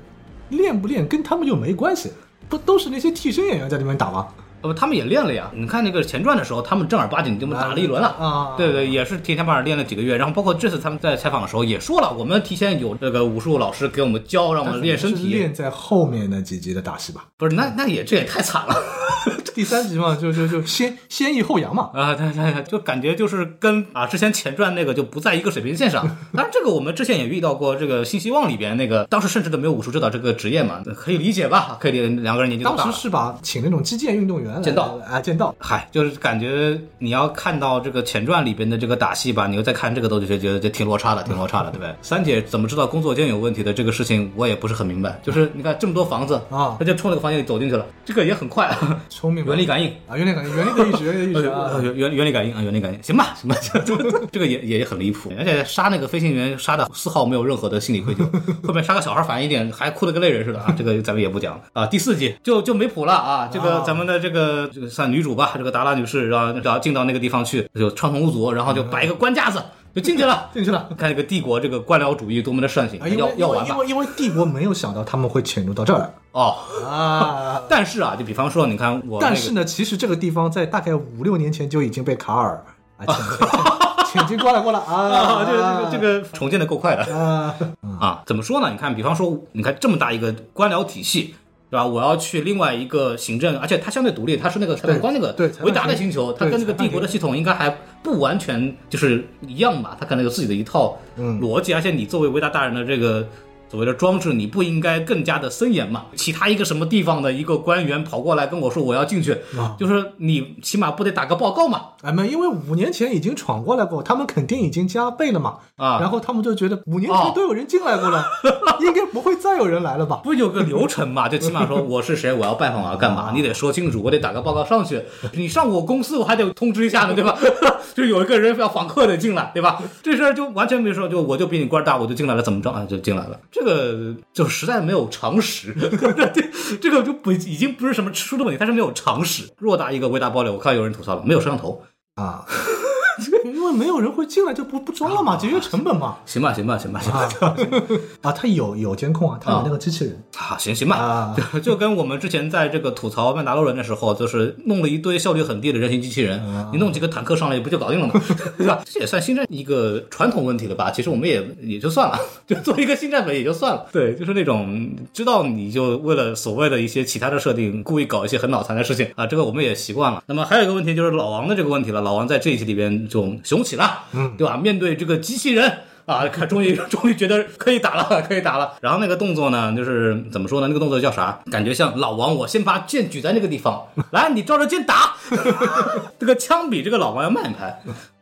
S3: 练不练跟他们又没关系，不都是那些替身演员在里面打吗？
S2: 呃，他们也练了呀。你看那个前传的时候，他们正儿八经就打了一轮了
S3: 啊
S2: 对对，也是提前把练了几个月。然后包括这次他们在采访的时候也说了，我们提前有这个武术老师给我们教，让我们啊练身
S3: 是
S2: 体。
S3: 练在后面那几集的打戏吧。
S2: 不是，那那也这也太惨了
S3: 第三集嘛，就就就先先抑后扬嘛。
S2: 啊！对对对，就感觉就是跟啊之前前传那个就不在一个水平 线上。当然，这个我们之前也遇到过，这个《新希望》里边那个当时甚至都没有武术指导这个职业嘛，可以理解吧？可以理解，两个人年纪都
S3: 当
S2: 大了
S3: 时。是把请那种击剑运动员来
S2: 剑道
S3: 啊，剑道
S2: 嗨，就是感觉你要看到这个前传里边的这个打戏吧，你又再看这个都觉得觉得这挺落差的，挺落差的，对不对？三姐怎么知道工作间有问题的这个事情，我也不是很明白。就是你看这么多房子
S3: 啊
S2: 他就冲那个房间里走进去了，这个也很快，
S3: 聪明吧
S2: 原力感应。
S3: 啊，原力感，原力的意识，原力的意识
S2: 呃
S3: 啊。
S2: 原原原理感应啊，原理感应，行吧，行吧， 这个也也也很离谱，而且杀那个飞行员杀的丝毫没有任何的心理愧疚，后面杀个小孩反应一点，还哭得跟泪人似的啊，这个咱们也不讲了啊。第四集就就没谱了啊，这个
S3: 啊
S2: 咱们的这个这个算女主吧，这个达拉女士，然后然后进到那个地方去，就畅通无阻，然后就摆一个官架子就进去了。
S3: 进去了
S2: 看这个帝国这个官僚主义多么的盛行
S3: 啊，因，
S2: 要
S3: 为因
S2: 要
S3: 为
S2: 完
S3: 因
S2: 吧？
S3: 为因为帝国没有想到他们会潜入到 这儿来
S2: 哦，
S3: 啊。
S2: 但是啊，就比方说，你看我、那个，
S3: 但是呢，其实这个地方在大概五六年前就已经被卡尔 啊潜进潜进过来过了啊
S2: 啊，这个这个
S3: 个
S2: 这个重建的够快的。
S3: 啊，
S2: 啊，怎么说呢？你看，比方说，你看这么大一个官僚体系，对吧？我要去另外一个行政，而且它相对独立，它是那个裁判官那个
S3: 对裁判
S2: 维达的
S3: 权
S2: 星球，它
S3: 对
S2: 跟那个
S3: 裁判
S2: 帝国的系统应该还不完全就是一样吧？它可能有自己的一套
S3: 嗯
S2: 逻辑，而且你作为维达大人的这个。所谓的装置，你不应该更加的森严嘛？其他一个什么地方的一个官员跑过来跟我说我要进去，
S3: 啊
S2: 就是你起码不得打个报告嘛？
S3: 哎没，因为五年前已经闯过来过，他们肯定已经加倍了嘛。
S2: 啊
S3: 然后他们就觉得五年
S2: 哦
S3: 前都有人进 来过了，应该不会再有人来了吧？
S2: 不是有个流程嘛？就起码说我是谁，我要拜访，我要干嘛，你得说清楚，我得打个报告上去。你上我公司，我还得通知一下呢，对吧？ 就有一个人要访客得进来，对吧？这事儿就完全没说，就我就比你官儿大，我就进来了，怎么着啊？就进来了，这个就实在没有常识， 这这个就不已经不是什么吃书的问题，它是没有常识。偌大一个微大堡垒，我看有人吐槽了，没有摄像头。
S3: 啊，因为没有人会进来就不不装了嘛，节约成本嘛。
S2: 行吧，行吧，行吧，行吧，
S3: 啊，他有有监控啊，他有那个机器人
S2: 啊，行行吧，
S3: 啊
S2: 就就跟我们之前在这个吐槽曼达洛人的时候，就是弄了一堆效率很低的人形机器人，你弄几个坦克上来不就搞定了吗？ 对吧？这也算星战一个传统问题了吧？其实我们也也就算了， 就做一个星战粉也就算了。对，就是那种知道你就为了所谓的一些其他的设定，故意搞一些很脑残的事情啊，这个我们也习惯了。那么还有一个问题就是老王的这个问题了，老王在这一期里边就雄起了，嗯，对吧？面对这个机器人。啊，看，终于 终于觉得可以打了，可以打了。然后那个动作呢，就是怎么说呢？那个动作叫啥？感觉像老王，我先把剑举在那个地方，来，你照着剑打。 这个枪比这个老王要慢一拍，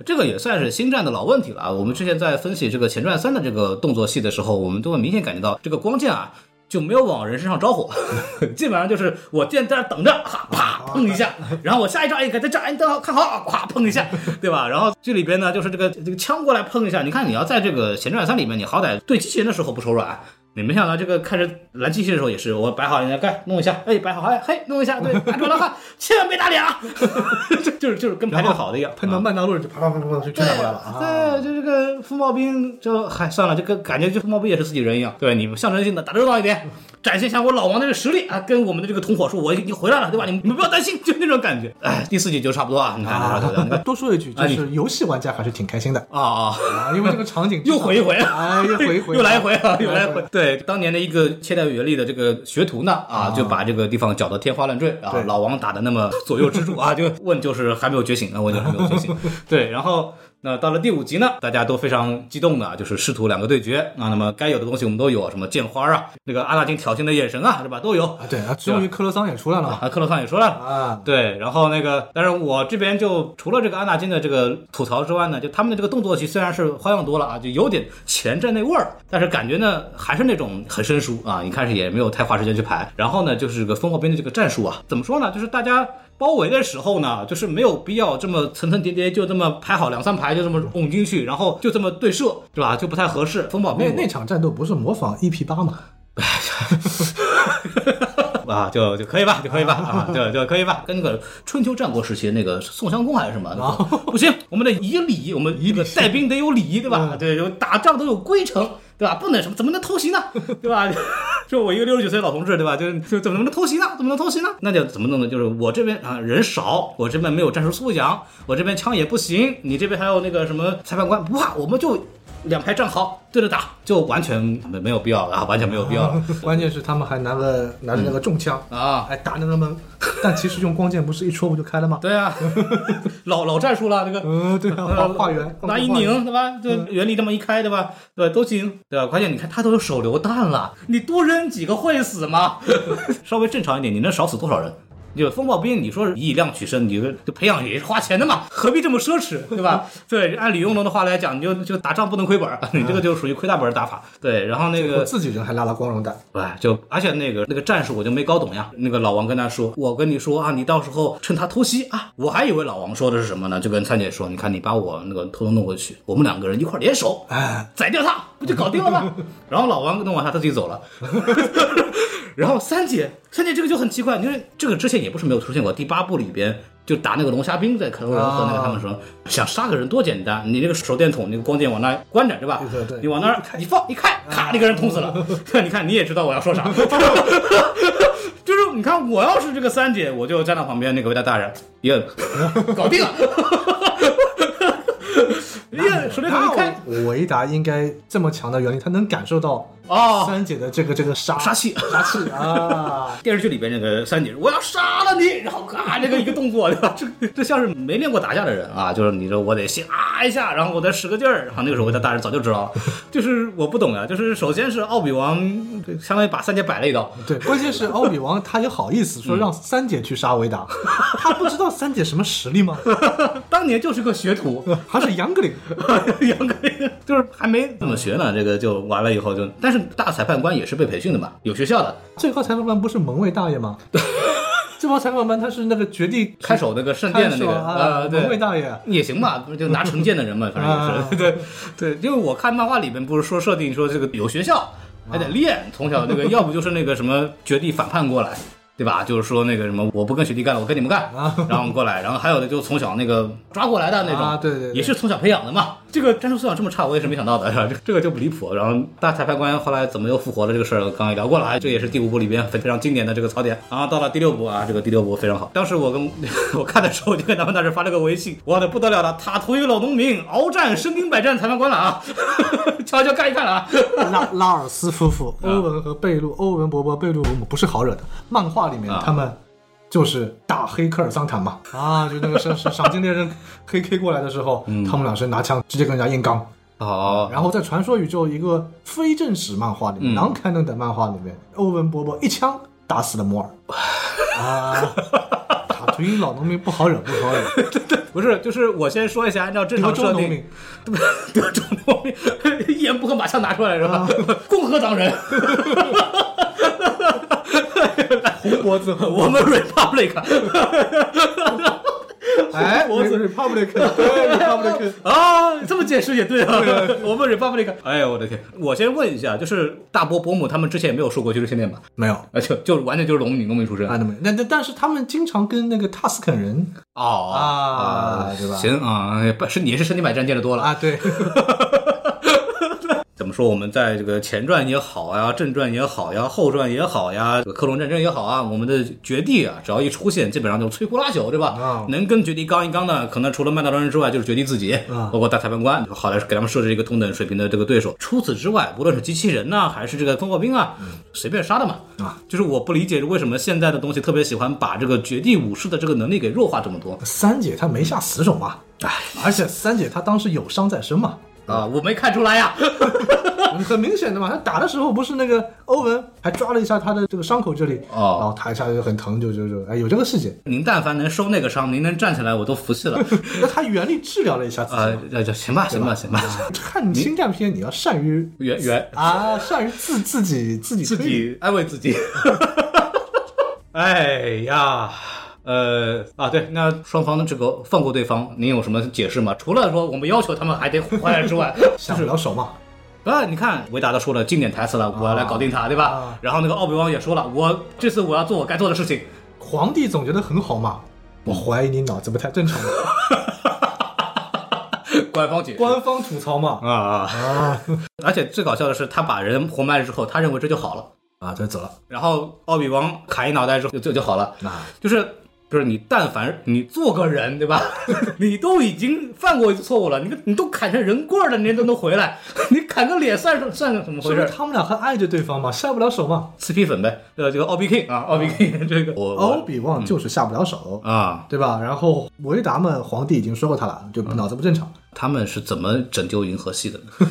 S2: 这个也算是星战的老问题了啊。我们之前在分析这个前传三的这个动作戏的时候，我们都会明显感觉到这个光剑啊。就没有往人身上着火， 基本上就是我剑在那儿等着，哈啪碰一下，然后我下一招哎，给他这儿哎，你等好看好，咵碰一下，对吧？然后这里边呢，就是这个这个枪过来碰一下，你看你要在这个前传三里面，你好歹对机器人的时候不手软。你没想到这个开始拦机器的时候也是，我摆好人家盖弄一下，哎摆好哎嘿弄一下，对打准了哈，千万别打脸啊！ 就就是就是跟排练好的一样，啊
S3: 碰到曼达洛人就啪啪啪啪就追打过来了啊。
S2: 对，就这个风暴兵就还算了，这个感觉就风暴兵也是自己人一样，对，你们象征性的打得热闹一点，展现一下我老王的这个实力啊，跟我们的这个同伙说我已经回来了，对吧？你们你们不要担心，就那种感觉。哎，第四集就差不多啊，你看，对吧对吧你看，
S3: 多说一句，
S2: 哎
S3: 就
S2: 你
S3: 是游戏玩家还是挺开心的
S2: 啊啊。
S3: 啊，因为这个场景
S2: 又回一回
S3: 哎，又回一回，
S2: 又来一回啊，又来一
S3: 回
S2: 回。对，当年的一个切代原力的这个学徒呢，啊，就把这个地方搅得天花乱坠啊
S3: 对，
S2: 老王打的那么左右之助啊，就问就是还没有觉醒啊，问就是还没有觉 醒。对，然后。那到了第五集呢，大家都非常激动的啊，就是师徒两个对决啊，那么该有的东西我们都有，什么剑花啊，那个阿拉丁挑衅的眼神啊，是吧，都有
S3: 啊。对啊，终于克罗桑也出来了嘛
S2: 啊。克洛桑也说了，
S3: 啊，
S2: 对，然后那个，但是我这边就除了这个安纳金的这个吐槽之外呢，就他们的这个动作戏虽然是花样多了啊，就有点前阵那味儿，但是感觉呢还是那种很生疏啊，一开始也没有太花时间去排。然后呢，就是这个风暴兵的这个战术啊，怎么说呢，就是大家包围的时候呢，就是没有必要这么层层叠叠，就这么排好两三排，就这么拱进去，然后就这么对射，对吧？就不太合适。风暴
S3: 那
S2: 面
S3: 那场战斗不是模仿 EP 八吗？
S2: 啊，就就可以吧，就可以吧，啊，就就可以吧，跟那个春秋战国时期那个宋襄公还是什么，不行，我们得以礼，我们一个带兵得有礼，对吧？对，有打仗都有规程，对吧？不能什么怎么能偷袭呢，对吧？ 就我一个六十九岁的老同志，对吧？就就怎么能偷袭呢？怎么能偷袭呢？那就怎么弄呢？就是我这边啊人少，我这边没有战术素养，我这边枪也不行，你这边还有那个什么裁判官，不怕，我们就。两排站好，对着打，就完全没没有必要了啊，完全没有必 要了。
S3: 关键是他们还拿了拿着那个重枪
S2: 啊
S3: 还打着他们，但其实用光剑不是一戳不就开了吗？
S2: 对啊，老老战术了，这个
S3: 嗯，对啊，化化缘，嗯
S2: 拿一拧，对吧？这原力这么一开，对吧？对，都行，对啊吧？关键你看他都有手榴弹了，你多扔几个会死吗？ 稍微正常一点，你能少死多少人？就风暴兵，你说以量取胜，你就就培养也是花钱的嘛，何必这么奢侈，对 吧？对，按李用龙的话来讲，你就就打仗不能亏本儿，你这
S3: 嗯
S2: 个就属于亏大本儿的打法。对，然后那
S3: 我
S2: 个
S3: 自己人还拉了光荣弹，
S2: 对，哎就而且那个那个战术我就没搞懂呀。那个老王跟他说：“我跟你说啊，你到时候趁他偷袭啊。”我还以为老王说的是什么呢？就跟三姐说：“你看，你把我那个偷偷弄过去，我们两个人一块儿联手，
S3: 哎，
S2: 宰掉他，不就搞定了吗？”然后老王弄完他，他自己走了。 然后三姐，三姐这个就很奇怪，因为这个之前也不是没有出现过。第八部里边就打那个龙虾兵在克罗人和那个他们说，想杀个人多简单，你那个手电筒那个光剑往那关着对吧？
S3: 对啊对对
S2: 啊你往那儿一放一看，咔，那个人捅死了。 你看你也知道我要说啥， 就是你看我要是这个三姐，我就站到旁边那个维达大人，也搞定了。耶，手电筒一开，
S3: 那维达应该这么强的原理，他能感受到
S2: 哦
S3: 三姐的这个这个杀
S2: 杀气！
S3: 杀气啊
S2: 电视剧里边那个三姐，我要杀了你，然后啊，这个一个动作，对吧？这这像是没练过打架的人啊，就是你说我得先啊一下，然后我再使个劲儿，然后那个时候我的大人早就知道了，就是我不懂呀，啊就是首先是奥比王对相当于把三姐摆了一道，
S3: 对，关键是奥比王他也好意思
S2: 嗯
S3: 说让三姐去杀维达，他不知道三姐什么实力吗？
S2: 当年就是个学徒，
S3: 还是杨格林，
S2: 杨哥就是还没怎么学呢，这个就完了以后就，但是大裁判官也是被培训的嘛，有学校的，
S3: 最高裁判官不是门卫大爷 吗？最高裁判官他是那个绝地
S2: 看守那个圣殿的那
S3: 看守
S2: 个呃
S3: 啊，
S2: 对
S3: 门卫大爷。
S2: 也行吧，就拿成见的 人嘛，反正也是对对，因为我看漫画里面不是说设定说这个有学校还得练，从小 那个要不就是那个什么绝地反叛过来。对吧？就是说那个什么，我不跟学弟干了，我跟你们干，然后过来，然后还有的就从小那个抓过来的那种，
S3: 啊对对对
S2: 也是从小培养的嘛。这个战术素养这么差，我也是没想到的，是 吧？这这个就不离谱。然后大裁判官后来怎么又复活了这个事儿，刚刚也聊过了，啊，这也是第五部里边非常经典的这个槽点。然后到了第六部啊，这个第六部非常好。当时我跟 我看的时候，我就给他们大师发了个微信，我的不得了了，塔图一个老农民鏖战身经百战裁判官了啊， 瞧瞧看一看了啊。
S3: 拉拉尔斯夫妇，欧文和贝露，欧文伯伯、贝露伯母不是好惹的。漫画里面
S2: 啊
S3: 他们就是打黑科尔桑坦嘛，啊，就那个是是赏金猎人 黑 K 过来的时候，他们俩是拿枪直接跟人家硬刚。
S2: 好，
S3: 然后在传说宇宙一个非正史漫画里面，
S2: 嗯
S3: 南开能的漫画里面，欧文伯伯一枪打死了摩尔。 啊，塔图因老农民不好惹，不好 惹。
S2: 不是，就是我先说一下，按照正
S3: 德
S2: 常
S3: 州
S2: 设
S3: 农
S2: 定
S3: 民，，
S2: 德州农民 一言不合把枪拿出来是吧？ 共和党人。
S3: 红脖子，
S2: 我们 Republic
S3: 哎，
S2: 脖子
S3: Republic，对 Republic。
S2: 啊，这么解释也对啊。 我们 Republic，哎呦我的天！我先问一下，就是大伯伯母他们之前也没有受过军事训练吧？
S3: 没有
S2: 啊，就就完全就是农民农民出身
S3: 啊，那没那那但是他们经常跟那个塔斯肯人
S2: 哦
S3: 啊对吧
S2: 行啊，哎不是你也是身体百战见得多了啊。
S3: 啊，对，
S2: 怎么说？我们在这个前传也好呀，正传也好呀，后传也好呀，这个克隆战争也好啊，我们的绝地啊，只要一出现，基本上就是摧枯拉朽，对吧？
S3: 啊
S2: 能跟绝地刚一刚的，可能除了曼达洛人之外，就是绝地自己，
S3: 啊
S2: 包括大裁判官，好来给他们设置一个同等水平的这个对手。除此之外，不论是机器人呐、还是这个风暴兵啊，随便杀的嘛。
S3: 嗯啊，
S2: 就是我不理解为什么现在的东西特别喜欢把这个绝地武士的这个能力给弱化这么多
S3: 三姐她没下死手嘛，哎，而且三姐她当时有伤在身 嘛，
S2: 啊！我没看出来 呀。
S3: 很明显的嘛，她打的时候不是那个欧文还抓了一下她的这个伤口这里，
S2: 哦
S3: 然后她一下就很疼，就就就哎有这个细节，
S2: 您但凡能收那个伤，您能站起来，我都服气了。
S3: 那她原力治疗了一下自己
S2: 啊
S3: 嘛。，
S2: 那就行吧，行吧，行吧。
S3: 看星战哎片，你要善于
S2: 原原
S3: 啊，善于自自己自己
S2: 自
S3: 推理
S2: 己安慰自己。哎呀，呃啊，对，那双方的这个放过对方，您有什么解释吗？除了说我们要求他们还得回来之外，
S3: 下不了手嘛。
S2: 啊，你看维达都说了经典台词了，我要来搞定他，对吧？
S3: 啊
S2: 然后那个奥比王也说了，我这次我要做我该做的事情。
S3: 皇帝总觉得很好嘛，我怀疑你脑子不太正 常。
S2: 官方解释
S3: 官方吐槽嘛，
S2: 啊啊！
S3: 啊
S2: 而且最搞笑的是，他把人活埋了之后，他认为这就好了。
S3: 啊，这走了
S2: 然后奥比王砍一脑袋之后就就就好了，
S3: 啊，
S2: 就是就是你但凡你做个人对吧， 你都已经犯过错误了，你你都砍成人棍儿了，你都能回来， 你砍个脸算算怎么
S3: 所
S2: 回
S3: 以
S2: 事？
S3: 他们俩还爱着对方嘛，下不了手嘛。
S2: 四批粉呗，呃，这个奥比 King 啊，奥比 King 这个哦我
S3: 欧
S2: 我
S3: 哦比旺就是下不了手，
S2: 啊，
S3: 对吧？然后维达们皇帝已经说过他了，就
S2: 嗯
S3: 脑子不正常。
S2: 他们是怎么拯救银河系的呢？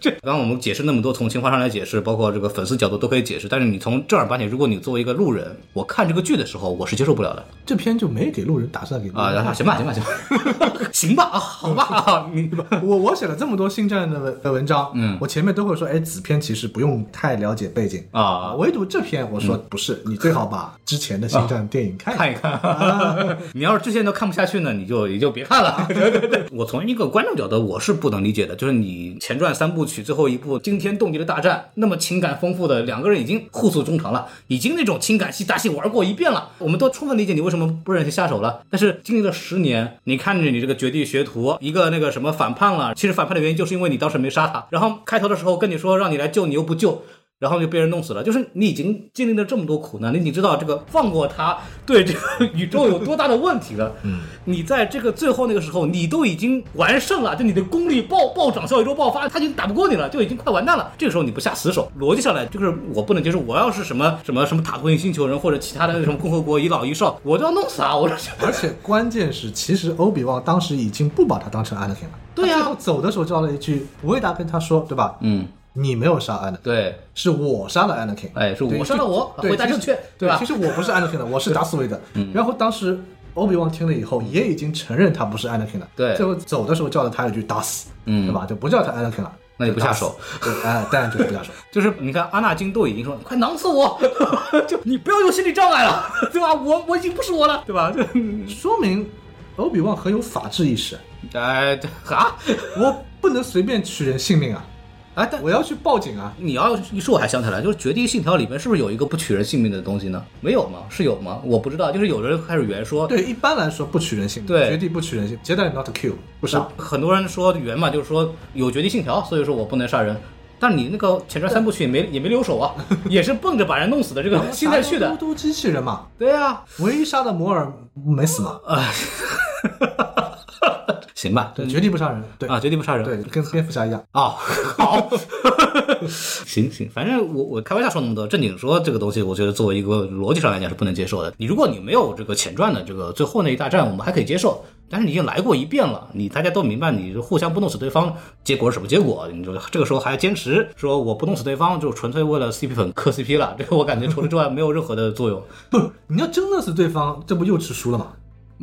S2: 这刚刚我们解释那么多，从情怀上来解释，包括这个粉丝角度都可以解释。但是你从正儿八经，如果你作为一个路人，我看这个剧的时候，我是接受不了的。
S3: 这篇就没给路人打算给路人
S2: 啊，然后行吧，行吧，行吧， 行吧啊，好吧啊，你
S3: 我我写了这么多星战的文的文章，嗯，我前面都会说，哎，此篇其实不用太了解背景
S2: 啊
S3: 唯独这篇我说不是，你最好把之前的星战电影看一
S2: 看一看。 你要是之前都看不下去呢，你就也就别看了。对对对，我从一个观众角度，我是不能理解的，就是你前传三部曲最后一部惊天动地的大战，那么情感丰富的两个人已经互诉衷肠了，已经那种情感戏大戏玩过一遍了，我们都充分理解你为什么不忍心下手了。但是经历了十年，你看着你这个绝地学徒一个那个什么反叛了，其实反叛的原因就是因为你当时没杀他，然后开头的时候跟你说让你来救，你又不救。然后就被人弄死了。就是你已经经历了这么多苦难，你已经知道这个放过他对这个 宇宙有多大的问题了。嗯，你在这个最后那个时候，你都已经完胜了，就你的功力暴暴涨，小宇宙爆发，他已经打不过你了，就已经快完蛋了。这个时候你不下死手，逻辑上来就是我不能接受。我要是什么什么什么塔图因星球人或者其他的什么共和国一老一少，我都要弄死啊！我说这
S3: 而且关键是，其实欧比旺当时已经不把他当成安德肯了。
S2: 对呀
S3: 他最后走的时候叫了一句：“维达跟他说，对吧？
S2: 嗯，
S3: 你没有杀安德肯，
S2: 对，
S3: 是我杀了安德肯。
S2: 哎是我
S3: 对
S2: 杀了我
S3: 对
S2: 回答
S3: 其实
S2: 正确对吧嗯
S3: 其实我不是安德肯的，我是达斯维 德。然后当时欧比旺听了以后，也已经承认他不是安德肯了。
S2: 对
S3: 最后走的时候叫了他一句达斯，
S2: 嗯
S3: 对吧？就不叫他安德肯了。
S2: 那就不下手。
S3: 对，哎，当然就是不下 手。
S2: 就是你看，阿纳金都已经说快囊死我， 就你不要有心理障碍了， 对吧？我我已经不是我了，对吧？ 就
S3: 说明欧比旺很有法治意识，
S2: 哎这啊
S3: 我不能随便取人性命啊，
S2: 哎，但
S3: 我要去报警啊。
S2: 你要一说，我还想起来，就是《绝地信条》里面是不是有一个不取人性命的东西呢？没有吗？是有吗？我不知道，就是有人开始圆说，
S3: 对，一般来说不取人性命，
S2: 对
S3: 绝对不取人性。接待 not kill，不
S2: 是
S3: 杀。
S2: 很多人说圆嘛，就是说有绝地信条，所以说我不能杀人。但你那个前传三部曲也没也没留手啊， 也是蹦着把人弄死的这 个心态去
S3: 杀
S2: 的。
S3: 嘟嘟机器人嘛，
S2: 对啊，
S3: 唯一杀的摩尔没死嘛，
S2: 呃行吧，
S3: 对，绝对不杀人，对
S2: 啊，绝地不杀人，
S3: 对，跟蝙蝠侠一样。
S2: 啊、好， 行行，反正我我开玩笑说那么多，正经说这个东西，我觉得作为一个逻辑上来讲是不能接受的。你如果你没有这个前传的这个最后那一大战，我们还可以接受，但是你已经来过一遍了，你大家都明白，你互相不弄死对方，结果是什么结果？你就这个时候还坚持说我不弄死对方，就纯粹为了 CP 粉磕 CP 了，这个我感觉除了之外没有任何的作用。
S3: 不，你要真弄死对方，这不又吃书了吗？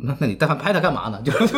S2: 那那你但凡拍他干嘛呢？ 就是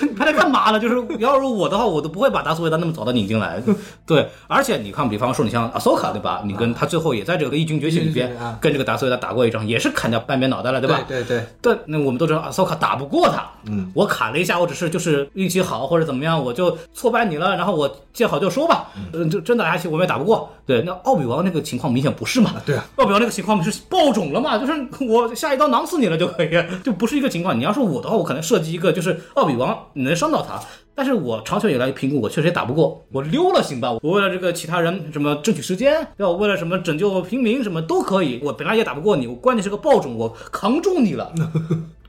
S2: 你拍他干嘛呢？就是要是我的话，我都不会把达斯维达那么早的拧进来。 对，而且你看，比方说你像阿索卡对吧？你跟他最后也在这个义军觉醒里边
S3: 对对对啊
S2: 跟这个达斯维达打过一仗，也是砍掉半边脑袋了，对吧？
S3: 对对，
S2: 对，那我们都知道阿索卡打不过他。嗯，我砍了一下，我只是就是运气好或者怎么样，我就挫败你了，然后我见好就收吧。嗯，就真打下去我们也打不过。对，那奥比王那个情况明显不是嘛？
S3: 对啊，
S2: 奥比王那个情况就是爆种了嘛，就是我下一刀囊死你了就可以， 就不是一个情况。你要是我的话，我可能设计一个就是奥比王你能伤到他。但是我长久以来评估，我确实也打不过，我溜了行吧？我为了这个其他人什么争取时间，要为了什么拯救平民什么都可以。我本来也打不过你，我关键是个爆种，我扛住你了。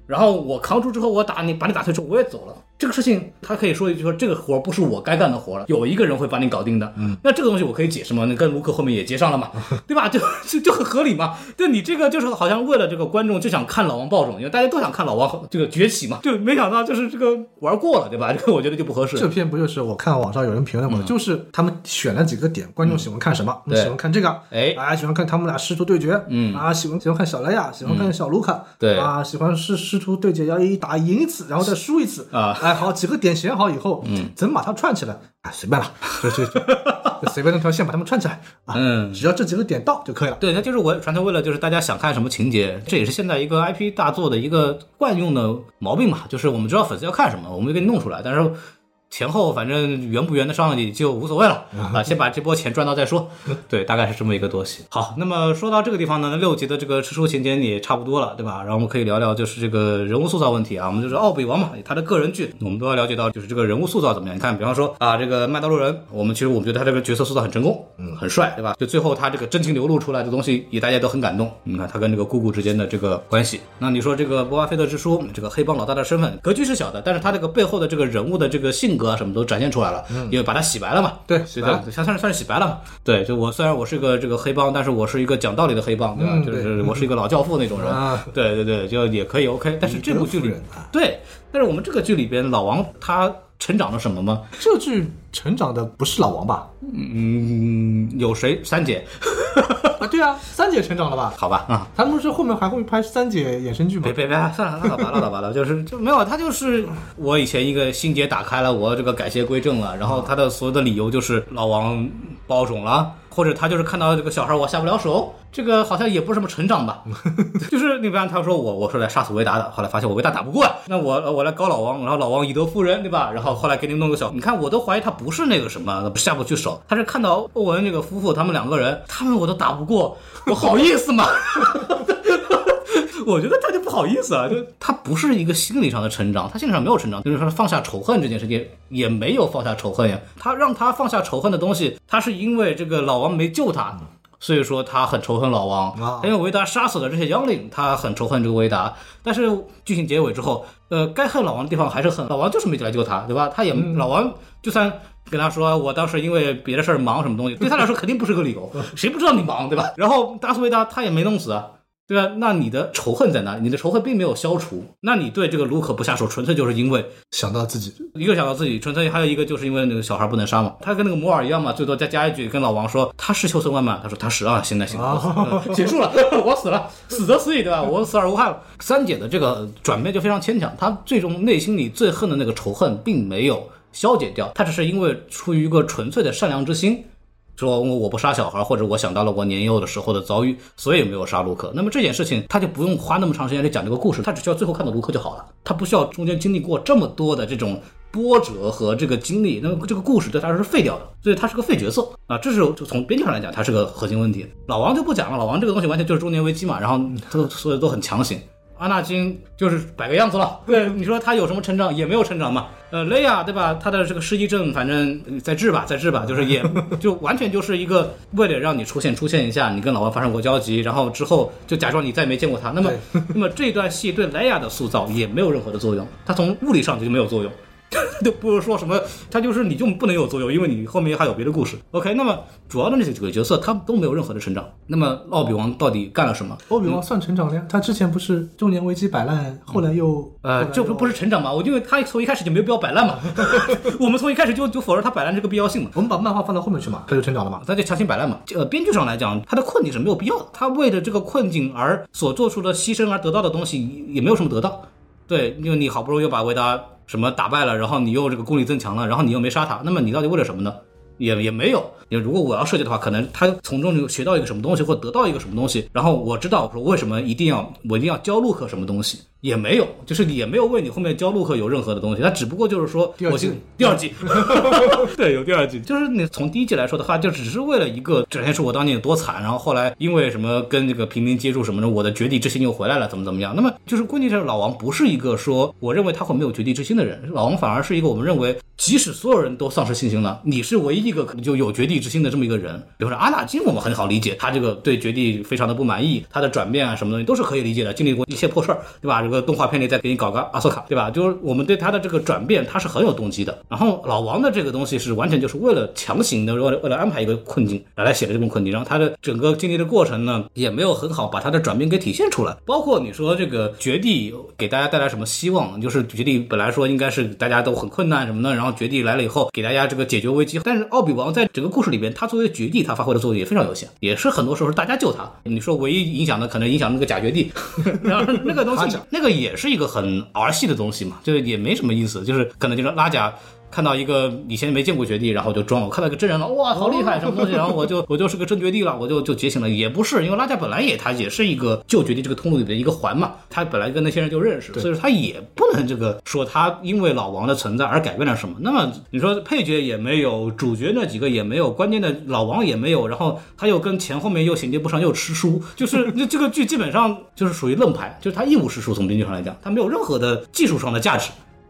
S2: 然后我扛住之后，我打你，把你打退之后，我也走了。这个事情，他可以说一句说，这个活儿不是我该干的活儿了，有一个人会把你搞定的。嗯，那这个东西我可以解释吗？那跟卢克后面也接上 了嘛，对吧？就就就很合理嘛。对你这个就是好像为了这个观众就想看老王爆种，因为大家都想看老王这个崛起嘛，就没想到就是这个玩过了，对吧？这个我觉得就不合适。
S3: 这篇不就是我看网上有人评论过，就是他们选了几个点，观众喜欢看什么？
S2: 对
S3: 喜欢看这个，
S2: 哎
S3: 啊，喜欢看他们俩师徒对决，
S2: 嗯
S3: 啊，喜欢喜欢看小莱嗯娅，喜欢看小卢卡，
S2: 对
S3: 啊，喜欢是师徒对决要一打赢一次，然后再输一次，
S2: 啊
S3: 哎，好几个点写好以后，嗯，怎么把它串起来？啊，随便了，就 就就就随便弄条线把它们串起来啊，
S2: 嗯
S3: 只要这几个点到就可以了。
S2: 对，那就是我传统为了就是大家想看什么情节，这也是现在一个 IP 大作的一个惯用的毛病嘛，就是我们知道粉丝要看什么，我们就给你弄出来，但是前后反正圆不圆得上也就无所谓了啊，先把这波钱赚到再说。对，大概是这么一个东西。好，那么说到这个地方呢，那六集的这个吃书情节也差不多了，对吧？然后我们可以聊聊就是这个人物塑造问题啊，我们就是奥比王嘛，他的个人剧，我们都要了解到就是这个人物塑造怎么样。你看，比方说啊，这个麦当劳人，我们其实我们觉得他这个角色塑造很成功，嗯，很帅，对吧？就最后他这个真情流露出来的东西，也大家都很感动。你看他跟这个姑姑之间的这个关系，那你说这个波巴菲特之书，这个黑帮老大的身份格局是小的，但是他这个背后的这个人物的这个性格啊什么都展现出来了，因为把他洗白了嘛，
S3: 嗯对
S2: 所以
S3: 洗白
S2: 他他算是算是洗白了嘛。对，就我虽然我是个这个黑帮，但是我是一个讲道理的黑帮，对吧？
S3: 嗯
S2: 就
S3: 对
S2: 是我是一个老教父那种人，
S3: 啊
S2: 对对对，就也可以 OK。但是这部剧
S3: 以
S2: 里
S3: 德服人啊，
S2: 对，但是我们这个剧里边，老王他成长了什么吗？
S3: 这剧成长的不是老王吧？
S2: 嗯，有谁？三姐，
S3: 啊，对啊，三姐成长了吧？
S2: 好吧啊。
S3: 他们不是后面还会拍三姐衍生剧吗
S2: 别？别别，算了，拉倒吧，拉倒吧，拉倒吧就是就没有，他就是我以前一个心结打开了，我这个改邪归正了，然后他的所有的理由就是老王包种了，或者他就是看到这个小孩我下不了手，这个好像也不是什么成长吧，就是你比方他说我我是来杀死维达的，后来发现我维达打不过呀，那我我来搞老王，然后老王以德服人，对吧？然后后来给你弄个小，你看我都怀疑他不是那个什么下不去手，他是看到欧文这个夫妇他们两个人，他们我都打不过，我好意思吗？ 我觉得他就不好意思啊，就他不是一个心理上的成长，他心理上没有成长，就是说放下仇恨这件事情也没有放下仇恨呀。他让他放下仇恨的东西，他是因为这个老王没救他，所以说他很仇恨老王
S3: 啊，
S2: 因为维达杀死了这些妖灵，他很仇恨这个维达。但是剧情结尾之后，呃，该恨老王的地方还是恨，老王就是没来救他，对吧？他也、老王就算。跟他说，我当时因为别的事儿忙什么东西，对他来说肯定不是个理 由，谁不知道你忙，对吧？然后达斯维达他也没弄死啊，对吧？那你的仇恨在哪里？你的仇恨并没有消除，那你对这个卢可不下手，纯粹就是因为
S3: 想到自己
S2: 一个想到自己，纯粹还有一个就是因为那个小孩不能杀嘛。他跟那个摩尔一样嘛，最多再加一句跟老王说他是秋森万吗？他说他是啊，行了行了，我死了结束了， 我死了，死则死矣，对吧？我死而无憾了。三姐的这个转变就非常牵强，她最终内心里最恨的那个仇恨并没有消解掉，她只是因为出于一个纯粹的善良之心，说我不杀小孩，或者我想到了我年幼的时候的遭遇，所以没有杀卢克。那么这件事情，他就不用花那么长时间来讲这个故事，他只需要最后看到卢克就好了，他不需要中间经历过这么多的这种波折和这个经历。那么这个故事对他来说是废掉的，所以他是个废角色啊。这是就从编剧上来讲，他是个核心问题。老王就不讲了，老王这个东西完全就是中年危机嘛，然后都所以都很强行。阿纳金就是摆个样子了。对， 你说他有什么成长？也没有成长嘛。呃，雷亚对吧？他的这个失忆症，反正呃再治吧，再治吧，就是也就完全就是一个为了让你出现出现一下，你跟老王发生过交集，然后之后就假装你再没见过他。那么 那么这段戏对雷亚的塑造也没有任何的作用，他从物理上就没有作用。 就不是说什么，他就是你就不能有作用，因为你后面还有别的故事。OK，那么主要的那几个角色，他们都没有任何的成长。那么奥比王到底干了什么？
S3: 欧哦比旺算成长了呀，他之前不是中年危机摆烂，后来又
S2: 呃，这不不
S3: 是
S2: 是成长嘛？我因为他从一开始就没有必要摆烂嘛， 我们从一开始就就否认他摆烂这个必要性嘛，
S3: 我们把漫画放到后面去嘛，他就成长了嘛。
S2: 他就强行摆烂嘛。呃，编剧上来讲，他的困境是没有必要的，他为了这个困境而所做出的牺牲而得到的东西也也没有什么得到。对，因为你好不容易又把维达什么打败了，然后你又这个功力增强了，然后你又没杀他，那么你到底为了什么呢？也也没有。也如果我要设计的话，可能他从中就学到一个什么东西，或得到一个什么东西，然后我知道我说为什么一定要我一定要教陆克什么东西，也没有，就是也没有为你后面教陆克有任何的东西，他只不过就是说
S3: 第二季
S2: 我先第二 季， 对，有第二季，就是你从第一季来说的话，就只是为了一个展现出我当年有多惨，然后后来因为什么跟这个平民接触什么的，我的绝地之心又回来了，怎么怎么样？那么就是关键是老王不是一个说我认为他会没有绝地之心的人，老王反而是一个我们认为即使所有人都丧失信心了，你是唯一一个可能就有绝地之心的这么一个人。比如说阿纳金，我们很好理解，他这个对绝地非常的不满意，他的转变啊什么东西都是可以理解的，经历过一些破事儿，对吧？这个动画片里再给你搞个阿索卡，对吧？就是我们对他的这个转变，他是很有动机的。然后老王的这个东西是完全就是为了强行的，为了为了安排一个困境来来写的这种困境，然后他的整个经历的过程呢，也没有很好把他的转变给体现出来。包括你说这个绝地给大家带来什么希望，就是绝地本来说应该是大家都很困难什么的，然后绝地来了以后给大家这个解决危机，但是奥奥比王在整个故事里边，他作为绝地，他发挥的作用也非常有限，也是很多时候是大家救他。你说唯一影响的，可能影响那个假绝地，然后那个东
S3: 他
S2: 西
S3: 讲，
S2: 那个也是一个很儿戏的东西嘛，就是也没什么意思，就是可能就是拉贾。看到一个以前没见过绝地，然后就装；我看到一个真人了，哇，好厉害，什么东西？然后我就我就是个真绝地了，我就就觉醒了。也不是，因为拉贾本来也他也是一个旧绝地这个通路里的一个环嘛，他本来跟那些人就认识，所以说他也不能这个说他因为老王的存在而改变了什么。那么你说配角也没有，主角那几个也没有，关键的老王也没有，然后他又跟前后面又衔接不上，又吃书，就是那这个剧基本上就是属于愣牌，就是他一无是处。从编剧上来讲，他没有任何的技术上的价值。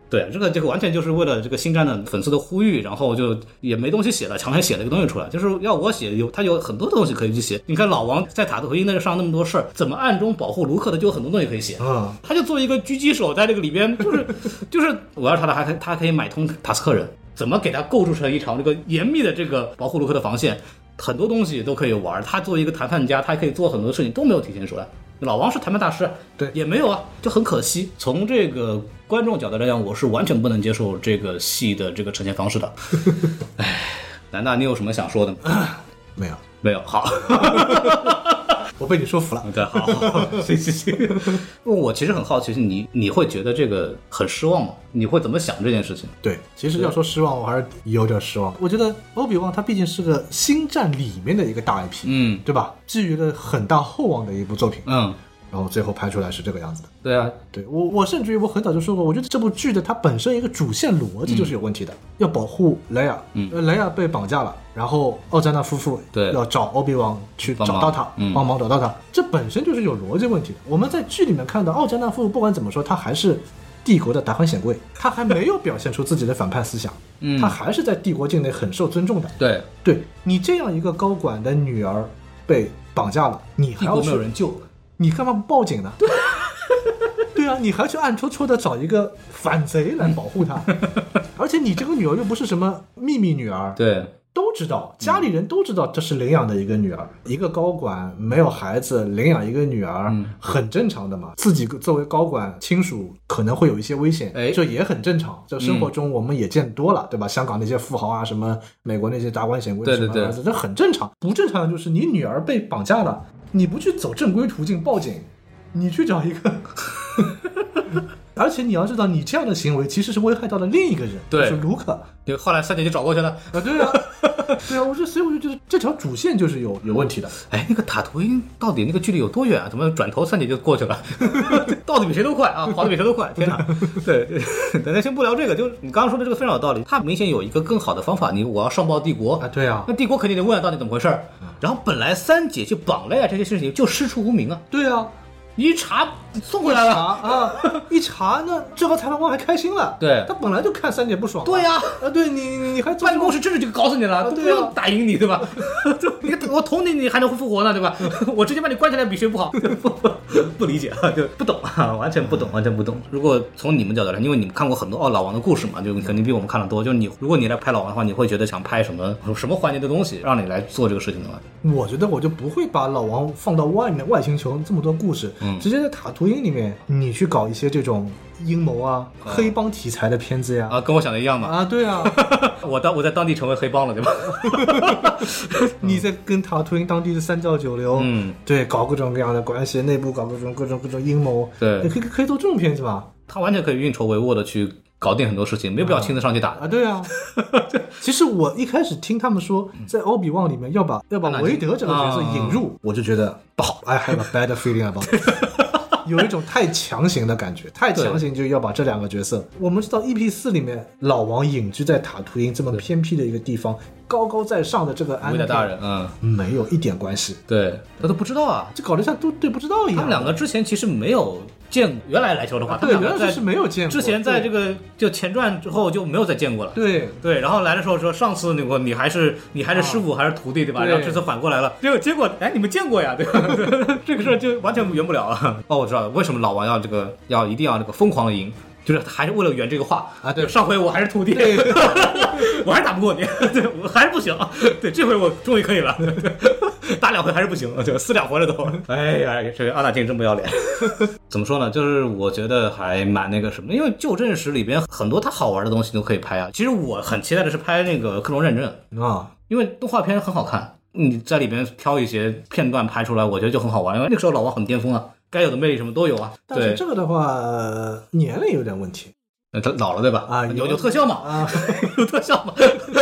S2: 对，这个这个完全就是为了这个星战的粉丝的呼吁，然后就也没东西写了，强行写了一个东西出来，就是要我写有他有很多的东西可以去写。你看老王在塔特回那上那么多事儿，怎么暗中保护卢克的，就有很多东西可以写。
S3: 啊，
S2: 他就作为一个狙击手，在这个里边就是 就是，我要是他的还可以他可以买通塔斯克人，怎么给他构筑成一场这个严密的这个保护卢克的防线，很多东西都可以玩。他作为一个谈判家，他可以做很多事情都没有体现出来。老王是谈判大师，
S3: 对
S2: 也没有啊，就很可惜。从这个观众角度来讲，我是完全不能接受这个戏的这个呈现方式的。唉，南大，你有什么想说的吗？
S3: 没有，
S2: 没有，好。
S3: 我被你说服了。
S2: 对，好， 行行行。我其实很好奇，是你你会觉得这个很失望吗？你会怎么想这件事情？
S3: 对，其实要说失望，我还是有点失望。我觉得欧比旺他毕竟是个星战里面的一个大 IP，
S2: 嗯
S3: 对吧？寄予了很大厚望的一部作品，
S2: 嗯，
S3: 然后最后拍出来是这个样子的。
S2: 对啊，
S3: 对我，我甚至于我很早就说过，我觉得这部剧的它本身一个主线逻辑就是有问题的，要保护莱雅，
S2: 嗯
S3: 呃莱雅被绑架了，然后奥加纳夫妇
S2: 对
S3: 要找欧比王去
S2: 帮
S3: 找
S2: 忙
S3: 到他，
S2: 嗯
S3: 帮忙找到他，这本身就是有逻辑问题的。我们在剧里面看到奥加纳夫妇不管怎么说，他还是帝国的达官显贵，他还没有表现出自己的反叛思想，
S2: 嗯
S3: 他还是在帝国境内很受尊重的。
S2: 对，
S3: 对你这样一个高管的女儿被绑架了，你还
S2: 帝
S3: 要
S2: 国
S3: 去
S2: 没有人救，
S3: 你干嘛不报警呢？对，啊，你还去暗戳戳的找一个反贼来保护她，而且你这个女儿又不是什么秘密女儿，
S2: 对，
S3: 都知道，家里人
S2: 嗯
S3: 都知道这是领养的一个女儿，一个高管没有孩子领养一个女儿、
S2: 嗯
S3: 很正常的嘛。自己作为高管亲属可能会有一些危险，
S2: 哎嗯
S3: 这也很正常。这生活中我们也见多了，对吧？香港那些富豪啊，什么美国那些达官显贵
S2: 对
S3: 什么
S2: 对对
S3: 儿子，这很正常。不正常的就是你女儿被绑架了，你不去走正规途径报警，你去找 一个。 而且你要知道，你这样的行为其实是危害到了另一个人，
S2: 对
S3: 就是卢克。
S2: 就后来三姐就找过去了。
S3: 啊，对啊，对啊，我就所以我就觉得这条主线就是有有问题的。
S2: 哎，那个塔图因到底那个距离有多远啊？怎么转头三姐就过去了？ 到底比谁都快啊， 跑得比谁都快！天哪！对，咱咱先不聊这个，就是你刚刚说的这个非常有道理。他明显有一个更好的方法，你我要上报帝国
S3: 啊，对啊
S2: 那，帝国肯定得问到底怎么回事儿。然后本来三姐去绑了呀，这些事情就师出无名啊，
S3: 对啊，
S2: 你一查送回
S3: 一
S2: 来
S3: 查
S2: 了。
S3: 啊，一查呢，这个裁判官还开心了。
S2: 对
S3: 他本来就看三姐不爽。
S2: 对呀、
S3: 啊，对你你你还做
S2: 办公
S3: 室
S2: 室真的就搞死你了，都不
S3: 对啊
S2: 用打赢你，对 吧？就你我捅你，你还能复活呢，对吧？ 我直接把你关起来比谁不好？ 不不不理解啊，就不懂啊，完全不懂，完全不懂。如果从你们角度来，因为你们看过很多哦老王的故事嘛，就肯定比我们看的多。就是你如果你来拍老王的话，你会觉得想拍什么什么环节的东西，让你来做这个事情的话，
S3: 我觉得我就不会把老王放到外面外星球这么多故事，
S2: 嗯
S3: 直接在塔图因里面你去搞一些这种阴谋啊、黑帮题材的片子呀。
S2: 嗯啊，跟我想的一样嘛。
S3: 啊，对啊，
S2: 我当我在当地成为黑帮了，对吧？
S3: 你在跟塔图因当地的三教九流，
S2: 嗯，
S3: 对，搞各种各样的关系，内部搞各种各种各种阴谋，
S2: 对
S3: 你可以可以做这种片子吧？
S2: 他完全可以运筹帷幄的去搞定很多事情，没有必要亲自上去打的。
S3: 啊，对 啊。其实我一开始听他们说，
S2: 嗯
S3: 在奥比旺里面要把要把韦德这个角色引
S2: 啊
S3: 入，我就觉得不好，I have a bad feeling about it。有 一种太强行的感觉，太强行就要把这两个角色。我们知道 EP 四里面，老王隐居在塔图因这么偏僻的一个地方，高高在上的这个安
S2: 维
S3: 娜
S2: 达大人，嗯，
S3: 没有一点关系，
S2: 对他都不知道啊。
S3: 就搞得像都对不知道一
S2: 他们。
S3: 样
S2: 两个之前其实没有见过，原来来球的话，他
S3: 对，
S2: 们
S3: 原
S2: 两个
S3: 来
S2: 在
S3: 是没有见过。
S2: 之前在这
S3: 个
S2: 个就前传之后就没有再见过了。
S3: 对
S2: 对，然后来的时候说上次那个你还是你还是师傅还是徒弟对吧？
S3: 对
S2: 然后这次反过来了，结果结果哎你们见过呀对 吧？这个事儿就完全圆不了啊。哦，我知道了，为什么老王要这个要一定要这个疯狂的赢。就是还是为了圆这个话
S3: 啊对
S2: 上回我还是徒弟，
S3: 对
S2: 我还是打不过你，对我还是不行，对，这回我终于可以了， 打两回还是不行，对，撕两回了都， 哎呀，这个阿纳金真不要脸。 怎么说呢？就是我觉得还蛮那个什么，因为旧正史里边很多它好玩的东西都可以拍啊。其实我很期待的是拍那个克隆认证，
S3: 啊，
S2: 因为动画片很好看，你在里边挑一些片段拍出来，我觉得就很好玩。因为那个时候老王很巅峰啊，该有的魅力什么都有啊。
S3: 但是
S2: 对，
S3: 这个的话呃年龄有点问题
S2: 呃他老了对吧？
S3: 啊
S2: 有
S3: 有
S2: 有特效嘛？
S3: 啊，
S2: 有特效嘛？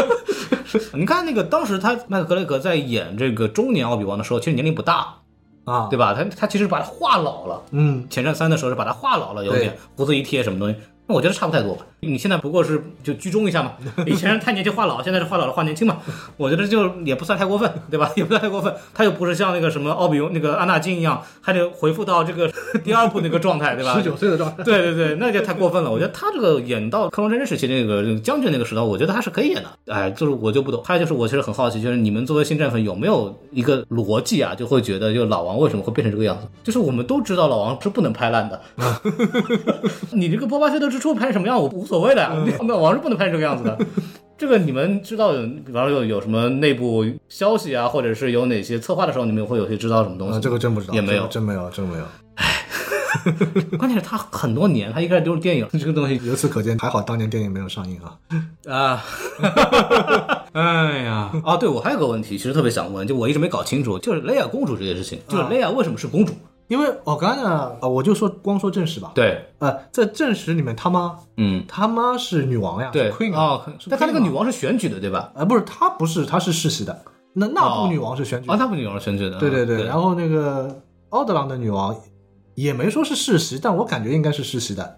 S2: 你看那个当时他麦克格雷格在演这个中年奥比王的时候，其实年龄不大，
S3: 啊，
S2: 对吧？他他其实把他画老了。
S3: 嗯，
S2: 前战三的时候是把他画老了，有点
S3: 对
S2: 胡子一贴什么东西。那我觉得差不太多吧，你现在不过是就居中一下嘛，以前是太年轻画老，现在是画老了画年轻嘛， 我觉得就也不算太过分，对吧？也 不算太过分，他又不是像那个什么奥比那个安纳金一样，还得回复到这个第二部那个状态，对吧？
S3: 十九岁的状态，
S2: 对对对，那就太过分 了。我觉得他这个演到克隆真真时期那个那个将军那个时代，我觉得他是可以演的。哎，就是我就不懂。还有就是，我其实很好奇，就是你们作为新战粉有没有一个逻辑啊，就会觉得就老王为什么会变成这个样子？就是我们都知道老王是不能拍 烂的，你这个波巴费特之初拍成什么样，我无所谓的呀。
S3: 嗯
S2: 老王是不能拍成这个样子的。这个你们知道有，比方说有有什么内部消息啊，或者是有哪些策划的时候，你们会有些知道什么东西
S3: 啊，
S2: 吗？
S3: 这个真不知道，
S2: 也没有
S3: 这个真没有，真没有。
S2: 关键是他很多年，他一开始都是电影这个东西
S3: 由此可见，还好当年电影没有上映啊。
S2: 啊，哎呀，啊，对我还有个问题，其实特别想问，就我一直没搞清楚，就是雷亚公主这件事情，
S3: 啊
S2: 就是雷亚为什么是公主？
S3: 因为我刚才啊，我就说光说正史吧。，
S2: 对，
S3: 呃，在正史里面，他妈
S2: 嗯，
S3: 他妈是女王呀，
S2: 对
S3: 是 queen 啊，
S2: 哦，
S3: 是
S2: 但她那个
S3: queen 啊
S2: 女王是选举的，对吧？
S3: 呃，不是，她不是，她是世袭的。那那
S2: 哦
S3: 部女王是选举的
S2: 啊，她不是女王是选举的，
S3: 对对
S2: 嗯对，
S3: 对，然后那个奥德朗的女王也没说是世袭，但我感觉应该是世袭的，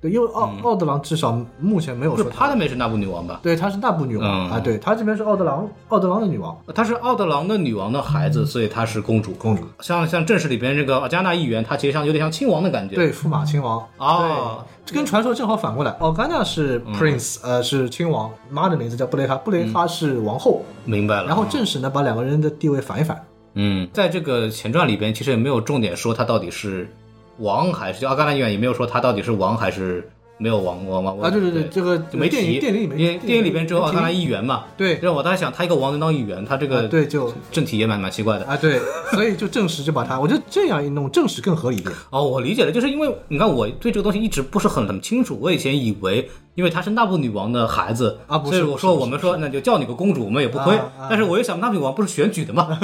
S3: 对，因为奥、
S2: 嗯
S3: 奥德朗至少目前没有
S2: 不是
S3: 说
S2: 帕
S3: 她
S2: 德梅是那部女王吧？
S3: 对，她是那部女王、
S2: 嗯
S3: 啊，对，她这边是奥德朗奥德朗的女王
S2: 她是奥德朗的女王的孩子，所以她是公主。
S3: 公主，
S2: 像像正史里边这个加纳议员，她其实像有点像亲王的感觉。
S3: 对，驸马亲王
S2: 哦，嗯
S3: 这跟传说正好反过来，奥甘娜是 prince，、呃，是亲王，妈的名字叫布雷哈，布雷哈是王后，
S2: 明白了。
S3: 然后正史呢把两个人的地位反一反，
S2: 嗯，在这个前传里边，其实也没有重点说他到底是王还是就阿甘拉院，也没有说他到底是王还是没有王王王
S3: 啊，对对对，这个
S2: 就没
S3: 电
S2: 提
S3: 影电影里面
S2: 因为电影里边只有
S3: 没
S2: 奥
S3: 提
S2: 甘拉议员嘛。
S3: 对啊
S2: 让我当时想，他一个王能当议员，他这个
S3: 对就
S2: 政体也蛮蛮奇怪的。
S3: 啊对，所以就正史就把他，我觉得这样一弄正史更合理一点。
S2: 哦，我理解了，就是因为你看，我对这个东西一直不是很很清楚。我以前以为，因为她是那布女王的孩子
S3: 啊不
S2: 所
S3: 是
S2: 以我说
S3: 不是
S2: 我们说那就叫你个公主，我们也不亏。
S3: 啊啊
S2: 但是我又想，那布女王不是选举的 嘛？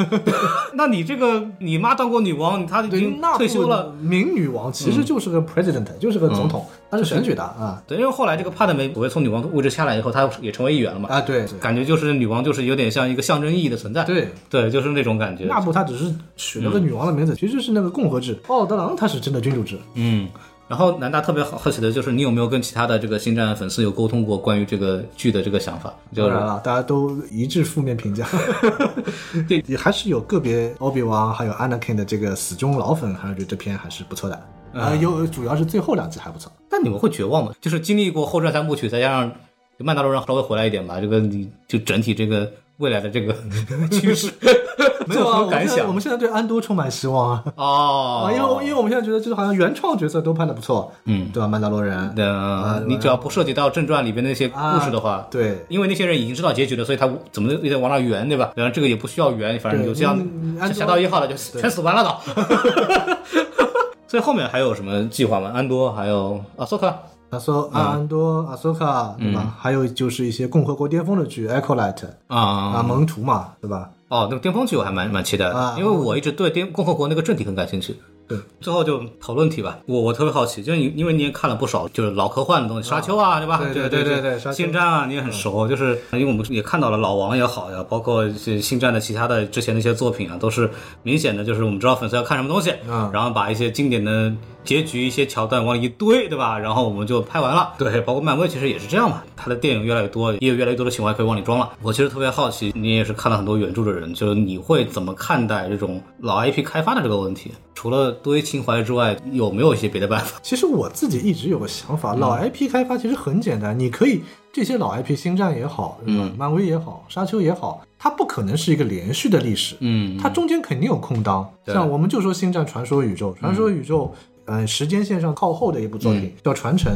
S2: 那你这个你妈当过女王，她已
S3: 对，
S2: 经
S3: 那嗯
S2: 退休了，
S3: 名女王其实就是个 president，、就是个总统，她是选举的啊
S2: 对，因为后来这个帕德梅所谓从女王位置下来以后，她也成为议员了嘛，
S3: 啊，对对
S2: 感觉就是女王就是有点像一个象征意义的存在，
S3: 对。
S2: 对，就是那种感觉。
S3: 纳布他只是取了个女王的名字，其实是那个共和制。奥德朗他是真的君主制，
S2: 嗯，然后南大特别好好奇的就是你有没有跟其他的这个星战粉丝有沟通过关于这个剧的这个想法？就
S3: 当
S2: 是
S3: 然了，大家都一致负面 评价。
S2: 对，
S3: 也还是有个别奥比王还有 Anakin 的这个死忠老粉，还是觉得这篇还是不错的。啊、有主要是最后两集还不错。
S2: 那你们会绝望吗？就是经历过后传三部曲，再加上曼达洛人稍微回来一点吧，这个你就整体这个未来的这个 趋 势，
S3: 没有
S2: 作
S3: 啊，我
S2: 何
S3: 们
S2: 感
S3: 现在我
S2: 想
S3: 们现在对安多充满希望啊。
S2: 哦
S3: 啊，，因为因为我们现在觉得就是好像原创角色都拍的不错，
S2: 嗯
S3: 对吧？曼达洛人，
S2: 呃，你只要不涉及到正传里边那些故事的话，
S3: 对，
S2: 因为那些人已经知道结局了，所以他怎么也得往那儿圆，对吧？然后这个也不需要圆，反正就这样
S3: 嗯，
S2: 像
S3: 安
S2: 侠
S3: 多
S2: 盗一号了，就全死完了都。 所以后面还有什么计划吗？安多还有啊，索克
S3: 阿
S2: 嗯
S3: 索阿安多、阿索卡，对吧？还有就是一些共和国巅峰的剧 e c o l i t e 啊，
S2: 啊，
S3: 萌徒嘛，对吧？
S2: 哦，那个巅峰剧我还蛮蛮期待的
S3: 啊，
S2: 因为我一直对巅共和国那个政体很感兴趣。
S3: 对，
S2: 最后就讨论题吧，我我特别好奇，就是你因为你也看了不少就是老科幻的东西，沙丘啊，对吧？
S3: 对
S2: 对
S3: 对对对对沙丘
S2: 星战啊，你也很熟，就是因为我们也看到了老王也好呀，包括一些星战的其他的之前的一些作品啊，都是明显的就是我们知道粉丝要看什么东西，
S3: 嗯
S2: 然后把一些经典的结局、一些桥段往里一堆，对吧？然后我们就拍完了。对，包括漫威其实也是这样嘛，它的电影越来越多，也有越来越多的情怀可以往里装了。我其实特别好奇，你也是看了很多原著的人，就是你会怎么看待这种老 IP 开发的这个问题？除了堆情怀之外，有没有一些别的办法？
S3: 其实我自己一直有个想法，
S2: 嗯
S3: 老 IP 开发其实很简单，你可以这些老 IP，星战也好，对吧
S2: 嗯
S3: 漫威也好，沙丘也好，它不可能是一个连续的历史，
S2: 嗯
S3: 它中间肯定有空档。
S2: 对
S3: 像我们就说《呃
S2: 嗯
S3: 星战：传说宇宙》，《传说宇宙》嗯、时间线上靠后的一部作品、叫《传承》，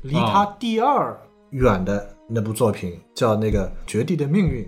S3: 离他
S2: 哦
S3: 第二远的那部作品叫那个《绝地的命运》，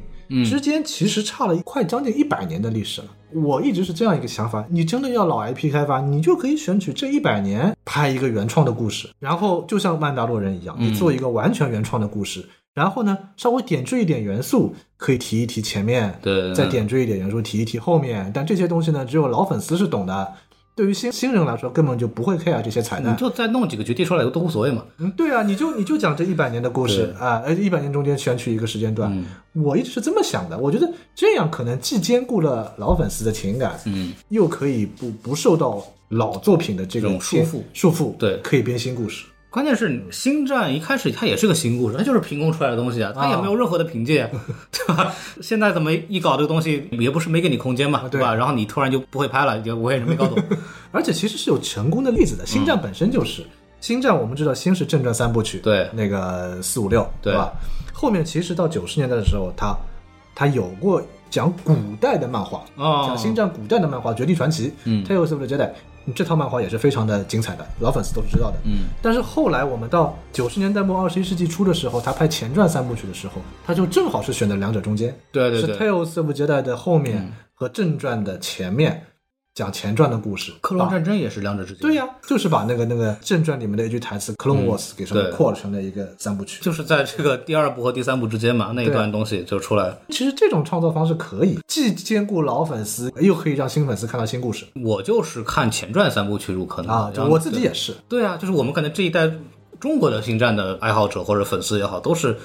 S3: 之间其实差了快将近一百年的历史了。我一直是这样一个想法：你真的要老 IP 开发，你就可以选取这一百年拍一个原创的故事，然后就像《曼达洛人》一样，你做一个完全原创的故事，然后呢，稍微点缀一点元素，可以提一提前面，
S2: 对
S3: 再点缀一点元素，提一提后面。但这些东西呢，只有老粉丝是懂的，对于新新人来说，根本就不会 care 这些彩
S2: 你
S3: 蛋。
S2: 就再弄几个绝地出来都无所谓嘛。
S3: 嗯，对啊，你就你就讲这一百年的故事啊，而一百年中间选取一个时间段，
S2: 嗯
S3: 我一直是这么想的。我觉得这样可能既兼顾了老粉丝的情感，嗯，又可以不不受到老作品的这种
S2: 这种束
S3: 编
S2: 缚
S3: 束缚，
S2: 对
S3: 可以编新故事。
S2: 关键是
S3: 嗯
S2: 《星战》一开始它也是个新故事，它就是凭空出来的东西啊，它也没有任何的凭 借，对吧？现在怎么一搞这个东西，也不是没给你空间嘛，
S3: 啊对
S2: 对吧？然后你突然就不会拍了，也我也是没搞 懂。
S3: 而且其实是有成功的例子的，《星
S2: 嗯
S3: 战》本身就是，星战》我们知道先是正传三部曲，
S2: 对
S3: 那个四五六，
S2: 对
S3: 吧？后面其实到九十年代的时候，他他有过讲古代的漫画，
S2: 哦
S3: 讲星战古代的漫画《绝地传奇》嗯 Tales of the Jedi》，这套漫画也是非常的精彩的，老粉丝都是知道的。
S2: 嗯，
S3: 但是后来我们到九十年代末二十一世纪初的时候，他拍前传三部曲的时候，他就正好是选择两者中间，
S2: 对对嗯
S3: 是《
S2: 对，
S3: Tales of the Jedi》的后面和正传的前面，讲前传的故事。
S2: 克隆战争也是两者之间。
S3: 对呀、就是把那个那个正传里面的一句台词《Clone Wars》给什
S2: 嗯
S3: 么
S2: 对
S3: 扩成了一个三部曲。
S2: 就是在这个第二部和第三部之间嘛，那一段东西就出来了。
S3: 其实这种创作方式可以，既兼顾老粉丝，又可以让新粉丝看到新故事
S2: 我就是看前传三部曲入坑的
S3: 啊！就
S2: 然后
S3: 我自己也是，
S2: 对啊，就是我们可能这一代中国的星战的爱好者或者粉丝也好，都是。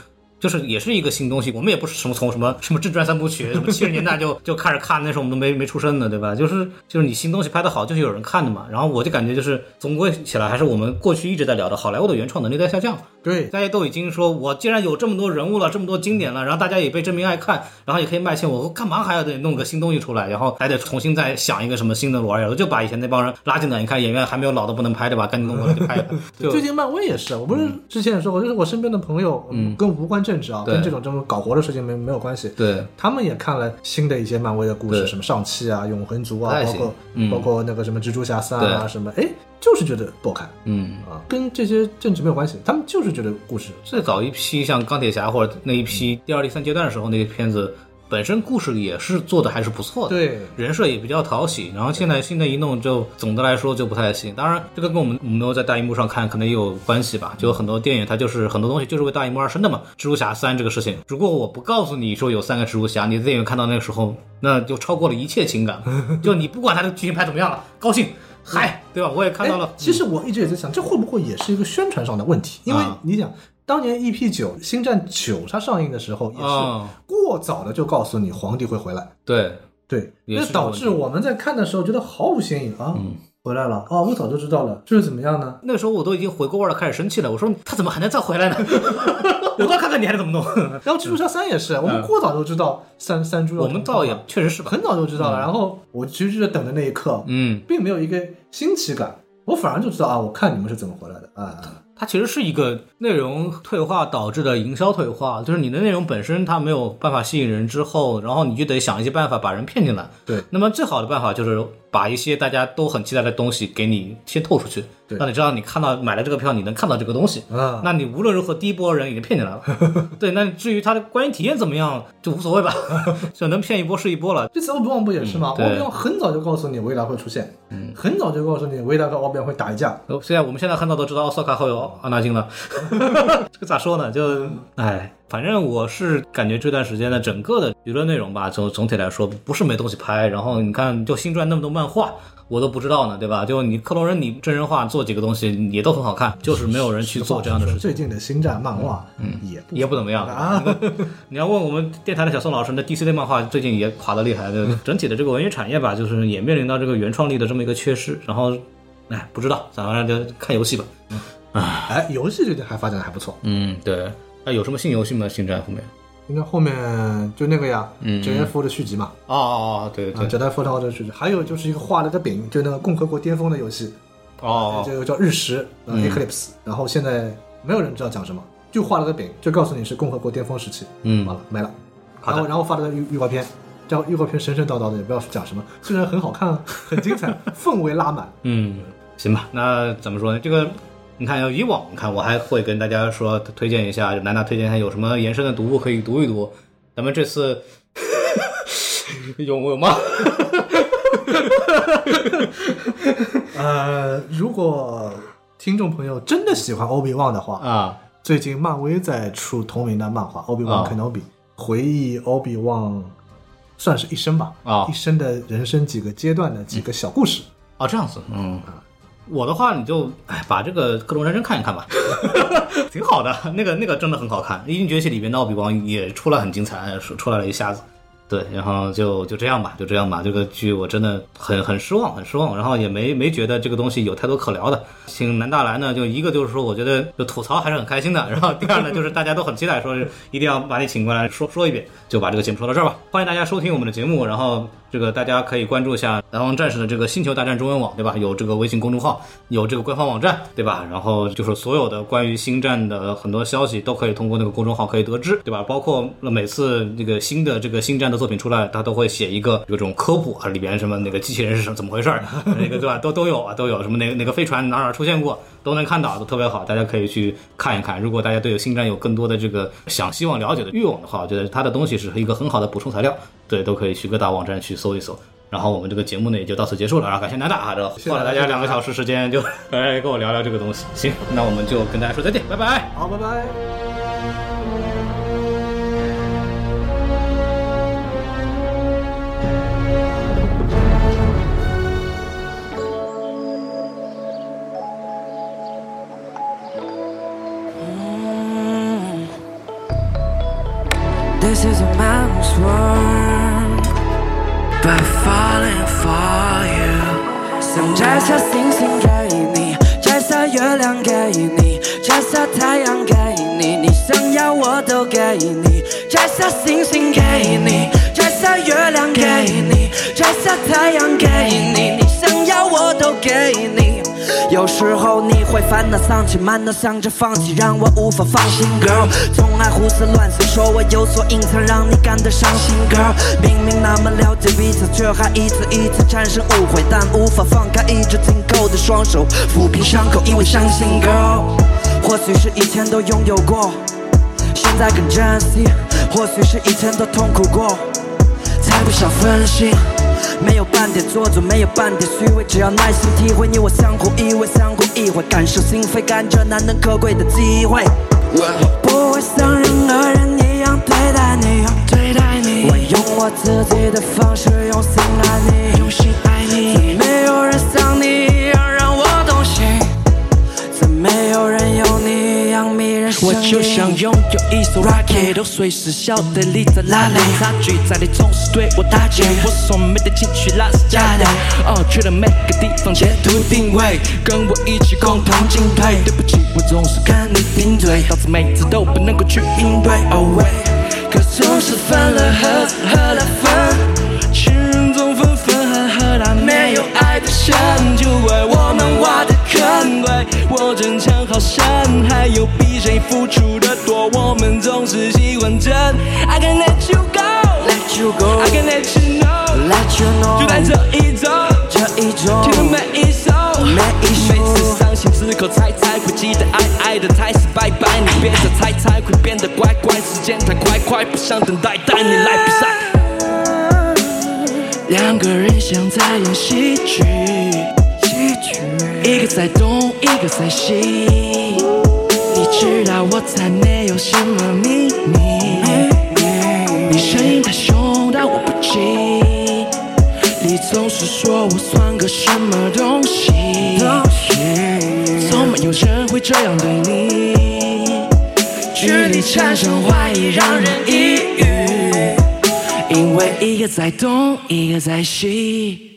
S2: 就是也是一个新东西，我们也不是什么从什么什么正传三部曲，什么七十年代就 就开始看，那时候我们都没没出生呢，对吧？就是就是你新东西拍得好，就是有人看的嘛。然后我就感觉就是总归起来，还是我们过去一直在聊的好莱坞的原创能力在下降，
S3: 对
S2: 大家都已经说我既然有这么多人物了，这么多经典了，然后大家也被证明爱看，然后也可以卖钱，我干嘛还要得弄个新东西出来，然后还得重新再想一个什么新的玩意儿，就把以前那帮人拉进来。你看演员还没有老的不能拍对吧？赶紧弄过来就拍。就
S3: 最近漫威也是，我不是之前也说过，就是我身边的朋友，嗯，跟无关政治啊，
S2: 嗯对
S3: 跟这种这种搞活的事情没没有关系，
S2: 对
S3: 他们也看了新的一些漫威的故事，
S2: 对
S3: 什么上汽啊、永恒族啊
S2: 不，太
S3: 包
S2: 行
S3: 括、
S2: 嗯
S3: 包括那个什么蜘蛛侠三啊
S2: 对
S3: 什么，哎，就是觉得不好看
S2: 嗯，
S3: 啊，跟这些政治没有关系，他们就是觉得故事
S2: 最早一批像钢铁侠或者那一批第二、第三阶段的时候，那些片子本身故事也是做的还是不错的。
S3: 对
S2: 人设也比较讨喜，然后现在现在一弄就总的来说就不太行。当然，这个跟我们没有在大荧幕上看可能也有关系吧。就有很多电影它就是很多东西就是为大荧幕而生的嘛。蜘蛛侠三这个事情，如果我不告诉你说有三个蜘蛛侠，你在电影院看到那个时候，那就超过了一切情感。 就你不管它的剧情拍怎么样了，高兴嗨，对吧？我也看到
S3: 哎
S2: 了。
S3: 其实我一直也在想，这会不会也是一个宣传上的问题？因为
S2: 啊
S3: 你想，当年 EP 九《星战九》它上映的时候，也是
S2: 啊
S3: 过早的就告诉你皇帝会回来，
S2: 对，
S3: 对，
S2: 也是
S3: 那
S2: 这个
S3: 导
S2: 问题
S3: 致我们在看的时候觉得毫无新意啊，回来了啊，我早就知道了，这是怎么样呢？
S2: 那时候我都已经回过味儿了，开始生气了。我说他怎么还能再回来呢？ 我倒看看你还能怎么弄。
S3: 然后蜘蛛侠三也是，我们过早就知道三三猪肉，
S2: 我们倒也确实是吧，
S3: 很早就知道了。然后我其实就在等的那一刻，
S2: 嗯。
S3: 并没有一个新奇感，我反而就知道啊，我看你们是怎么回来的啊。
S2: 它其实是一个内容退化导致的营销退化，就是你的内容本身它没有办法吸引人之后，然后你就得想一些办法把人骗进来。
S3: 对啊
S2: 那么最好的办法就是把一些大家都很期待的东西给你先透出去，
S3: 对
S2: 让你知道你看到买了这个票，你能看到这个东西。
S3: 啊
S2: 那你无论如何第一波人已经骗进来 了，对。那至于它的观影体验怎么样，就无所谓吧，就能骗一波是一波了。
S3: 这次奥比旺不也是吗？
S2: 嗯对
S3: 奥比旺很早就告诉你维达会出现，很早就告诉你维达和奥比旺会打一架。
S2: 呃虽然我们现在很早都知道奥斯卡后有阿纳金了， 这个咋说呢？就哎，反正我是感觉这段时间的整个的舆论内容吧，总总体来说不是没东西拍。然后你看，就新传那么多漫画，我都不知道呢，对吧？就你克隆人，你真人化做几个东西也都很好看，就是没有人去做这样的事情。
S3: 最近的星战漫画，嗯，也不
S2: 也不怎么样啊！你要问我们电台的小宋老师，那 DC 的漫画最近也垮得厉害，就整体的这个文娱产业吧，就是也面临到这个原创力的这么一个缺失。然后，哎，不知道，咱们就看游戏吧。
S3: 哎，游戏最近还发展的还不错。
S2: 嗯，对。那有什么新游戏吗？星战后面？
S3: 应该后面就那个呀，《绝缘符》的续集嘛，
S2: 哦哦哦，对
S3: 啊，《
S2: 对
S3: 绝
S2: 对，
S3: 代复仇》的续集，还有就是一个画了个饼，就那个共和国巅峰的游戏，
S2: 哦
S3: 这个叫日食，呃，Eclipse，然后现在没有人知道讲什么，就画了个饼，就告诉你是共和国巅峰时期，
S2: 嗯
S3: 完了没了，
S2: 好
S3: 然
S2: 的
S3: 后然后发了个预预告片，然后预告片神神叨叨的，也不知道讲什么，虽 然很好看啊，很精彩，氛围拉满，
S2: 嗯，行吧。那怎么说呢？这个你看，以往你看我还会跟大家说推荐一下，就南大推荐一下有什么延伸的读物可以读一读。咱们这次 有有吗？
S3: 呃，如果听众朋友真的喜欢欧比旺的话，
S2: 啊，
S3: 最近漫威在出同名的漫画《欧比
S2: 啊
S3: 旺 Kenobi》，回忆欧比旺算是一生吧，
S2: 啊
S3: 一生的人生几个阶段的几个小故事。
S2: 哦，这样子，嗯，我的话你就哎把这个《克隆战争》看一看吧，挺好的，那个那个真的很好看，《英雄崛起》里面的奥比王也出来很精彩，出出来了一下子。对，然后就就这样吧，就这样吧。这个剧我真的很很失望，很失望，然后也没没觉得这个东西有太多可聊的。请南大来呢，就一个就是说，我觉得就吐槽还是很开心的。然后第二呢，就是大家都很期待，说是一定要把你请过来说说一遍，就把这个节目说到这儿吧。欢迎大家收听我们的节目，然后这个大家可以关注一下《南方战士》的这个《星球大战》中文网，对吧？有这个微信公众号，有这个官方网站，对吧？然后就是所有的关于星战的很多消息都可以通过那个公众号可以得知，对吧？包括每次这个新的这个星战的作品出来，他都会写一个有种科普啊，里边什么那个机器人是什么 怎么回事 儿，那个对吧？都都有啊，都有什么哪个哪个飞船哪哪出现过，都能看到，都特别好，大家可以去看一看。如果大家对星战有更多的这个想希望了解的欲望的话，我觉得它的东西是一个很好的补充材料，对，都可以去各大网站去搜一搜。然后我们这个节目呢也就到此结束了，然后感谢南大啊，这
S3: 谢
S2: 花了大家
S3: 谢谢
S2: 两个小时时间就来跟我聊聊这个东西。行，那我们就跟大家说再见，拜拜。
S3: 好，拜拜。
S4: This is a man's world By falling for you 想摘下星星给你，摘下月亮给你，摘下太阳给你，你想要我都给你，摘下星星给你，摘下月亮给你，摘下太阳给你，你想要我都给你。有时候你会烦恼丧气，满脑想着放弃，让我无法放心。Girl，总爱胡思乱想，说我有所隐藏，让你感到伤心。Girl，明明那么了解彼此，却还一次一次产生误会，但无法放开一直紧扣的双手，抚平伤口，因为伤心。Girl，或许是以前都拥有过，现在更珍惜；或许是以前都痛苦过。才不想分心。没有半点做作，没有半点虚伪，只要耐心体会，你我相互依偎，相互意会，感受心扉，感觉难能可贵的机会。我不会像任何人一样对待你，对待你。我用我自己的方式用心爱你，用心爱你。没有人像你一样让我动心。怎没有人有你一样迷人
S5: 我
S4: 声音
S5: 就想拥有一艘 rocket，都随时晓得你在哪里。差距在你总是对我打击，我所没的情绪那是假的。哦，去了每个地方截图定位，跟我一起共同进退。对不起，我总是跟你顶嘴，导致每次都不能够去应对。Oh wait，可总是分了合，合了分，情人总分分合合了没有爱的深，就怪我们挖的坑。怪我争强好胜，还有比谁付出的多，我们总是喜欢争。I can let you go，I
S4: Let you go,
S5: can let you know，
S4: let you know，
S5: 就在这一周，
S4: 这一周，
S5: 听了每一首，
S4: 每一首
S5: 每次伤心之后才才会记得爱爱的才是拜拜，你别再猜猜会变得乖乖，时间太快快，不想等待，带你来比赛。两个人像在演戏剧，戏剧，一个在东，一个在西。你知道我才没有什么秘密，你声音太凶，但我不急。你总是说我算个什么东西，从没有人会这样对你。距离产生怀疑，让人抑郁。因为一个在东，一个在西。